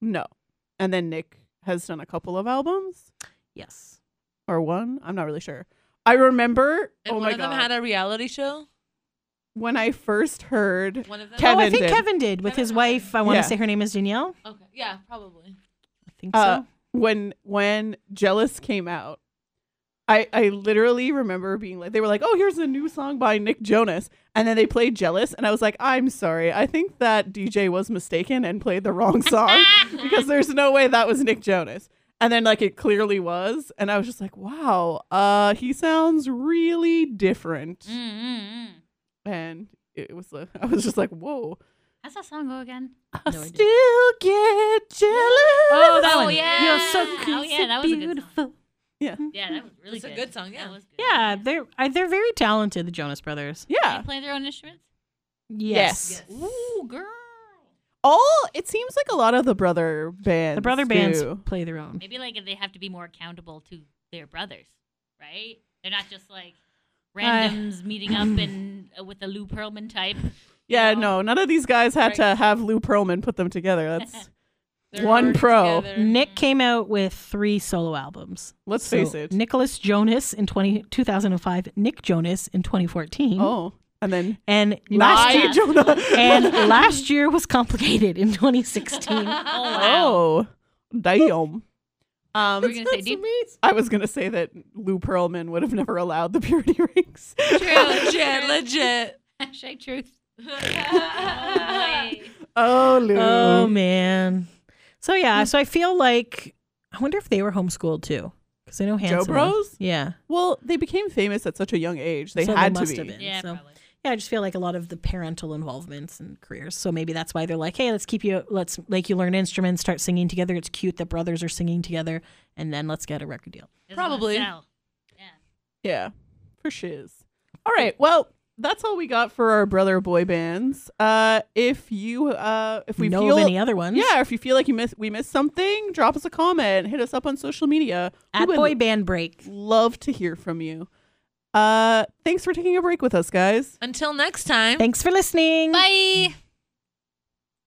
Speaker 1: No. And then Nick has done a couple of albums
Speaker 2: Yes.
Speaker 1: or one. I'm not really sure. I remember
Speaker 3: And
Speaker 1: oh
Speaker 3: one
Speaker 1: my
Speaker 3: of
Speaker 1: god.
Speaker 3: them had a reality show.
Speaker 1: when I first heard
Speaker 3: One of them.
Speaker 1: Kevin
Speaker 2: oh, I think
Speaker 1: did.
Speaker 2: Kevin did with his wife. I want
Speaker 1: Yeah.
Speaker 2: to say her name is Danielle.
Speaker 3: Okay. Yeah, probably.
Speaker 2: I think
Speaker 1: Uh,
Speaker 2: so.
Speaker 1: when when Jealous came out, I I literally remember being like they were like, "Oh, here's a new song by Nick Jonas." And then they played Jealous and I was like, "I'm sorry. I think that DJ was mistaken and played the wrong song because there's no way that was Nick Jonas." And then like it clearly was, and I was just like, wow, uh, he sounds really different.
Speaker 4: Mm, mm, mm.
Speaker 1: And it was, uh, I was just like, whoa.
Speaker 4: How's that song go again?
Speaker 1: I
Speaker 2: No idea.
Speaker 1: still get jealous.
Speaker 2: Oh, that
Speaker 4: Oh,
Speaker 2: one.
Speaker 4: yeah.
Speaker 2: You're so
Speaker 4: Oh,
Speaker 2: cool,
Speaker 4: yeah,
Speaker 2: so
Speaker 4: that was a good song.
Speaker 2: beautiful.
Speaker 1: Yeah,
Speaker 4: Yeah, that was really
Speaker 3: It's a
Speaker 4: good.
Speaker 3: good song, yeah.
Speaker 4: That was good.
Speaker 2: Yeah, they're I, they're very talented, the Jonas Brothers.
Speaker 4: They
Speaker 1: yeah.
Speaker 4: play their own instruments?
Speaker 1: Yes.
Speaker 4: Ooh, girl.
Speaker 1: All it seems like a lot of the brother bands.
Speaker 2: The brother bands
Speaker 1: do.
Speaker 2: play their own.
Speaker 4: Maybe like they have to be more accountable to their brothers, right? They're not just like randoms meeting up and uh, with a Lou Pearlman type.
Speaker 1: Yeah,
Speaker 4: No.
Speaker 1: no, none of these guys had
Speaker 4: Right.
Speaker 1: to have Lou Pearlman put them together. That's
Speaker 3: They're
Speaker 1: One
Speaker 3: working
Speaker 1: pro.
Speaker 3: together.
Speaker 2: Nick came out with three solo albums.
Speaker 1: let's
Speaker 2: So
Speaker 1: face it.
Speaker 2: Nicholas Jonas in 20, 2005, Nick Jonas in 2014.
Speaker 1: Oh, and then
Speaker 2: And last
Speaker 1: Last
Speaker 4: Lies.
Speaker 2: year,
Speaker 1: Jonah.
Speaker 2: and last year was complicated in 2016.
Speaker 4: Oh, wow.
Speaker 1: oh, damn. Um,
Speaker 4: Were you gonna say deep?
Speaker 1: amazing. I was gonna say that Lou Pearlman would have never allowed the purity rings.
Speaker 3: legit, legit.
Speaker 4: Hashtag truth. Oh, boy.
Speaker 1: oh, Lou.
Speaker 2: Oh man. So
Speaker 1: Hmm.
Speaker 2: yeah, so I feel like I wonder if they were homeschooled too, because I know Hanson. was.
Speaker 1: Bros?
Speaker 2: Yeah.
Speaker 1: well, they became famous at such a young age. They
Speaker 2: So
Speaker 1: had
Speaker 2: must
Speaker 1: to
Speaker 2: have
Speaker 1: be.
Speaker 2: been.
Speaker 4: yeah,
Speaker 2: so
Speaker 4: probably.
Speaker 2: yeah, I just feel like a lot of the parental involvements and careers. So maybe that's why they're like, hey, let's keep you, let's make you learn instruments, start singing together. It's cute that brothers are singing together, and then let's get a record deal.
Speaker 4: Doesn't wanna
Speaker 3: Probably.
Speaker 4: sell.
Speaker 1: Yeah, for shiz. All right. Well, that's all we got for our brother boy bands. Uh, if you uh, if we
Speaker 2: know
Speaker 1: feel
Speaker 2: of any other ones?
Speaker 1: yeah, if you feel like you miss we missed something, drop us a comment. Hit us up on social media. We
Speaker 2: At
Speaker 1: would
Speaker 2: Boy Band Break.
Speaker 1: love to hear from you. Uh, thanks for taking a break with us, guys.
Speaker 3: Until next time.
Speaker 2: Thanks for listening.
Speaker 4: Bye.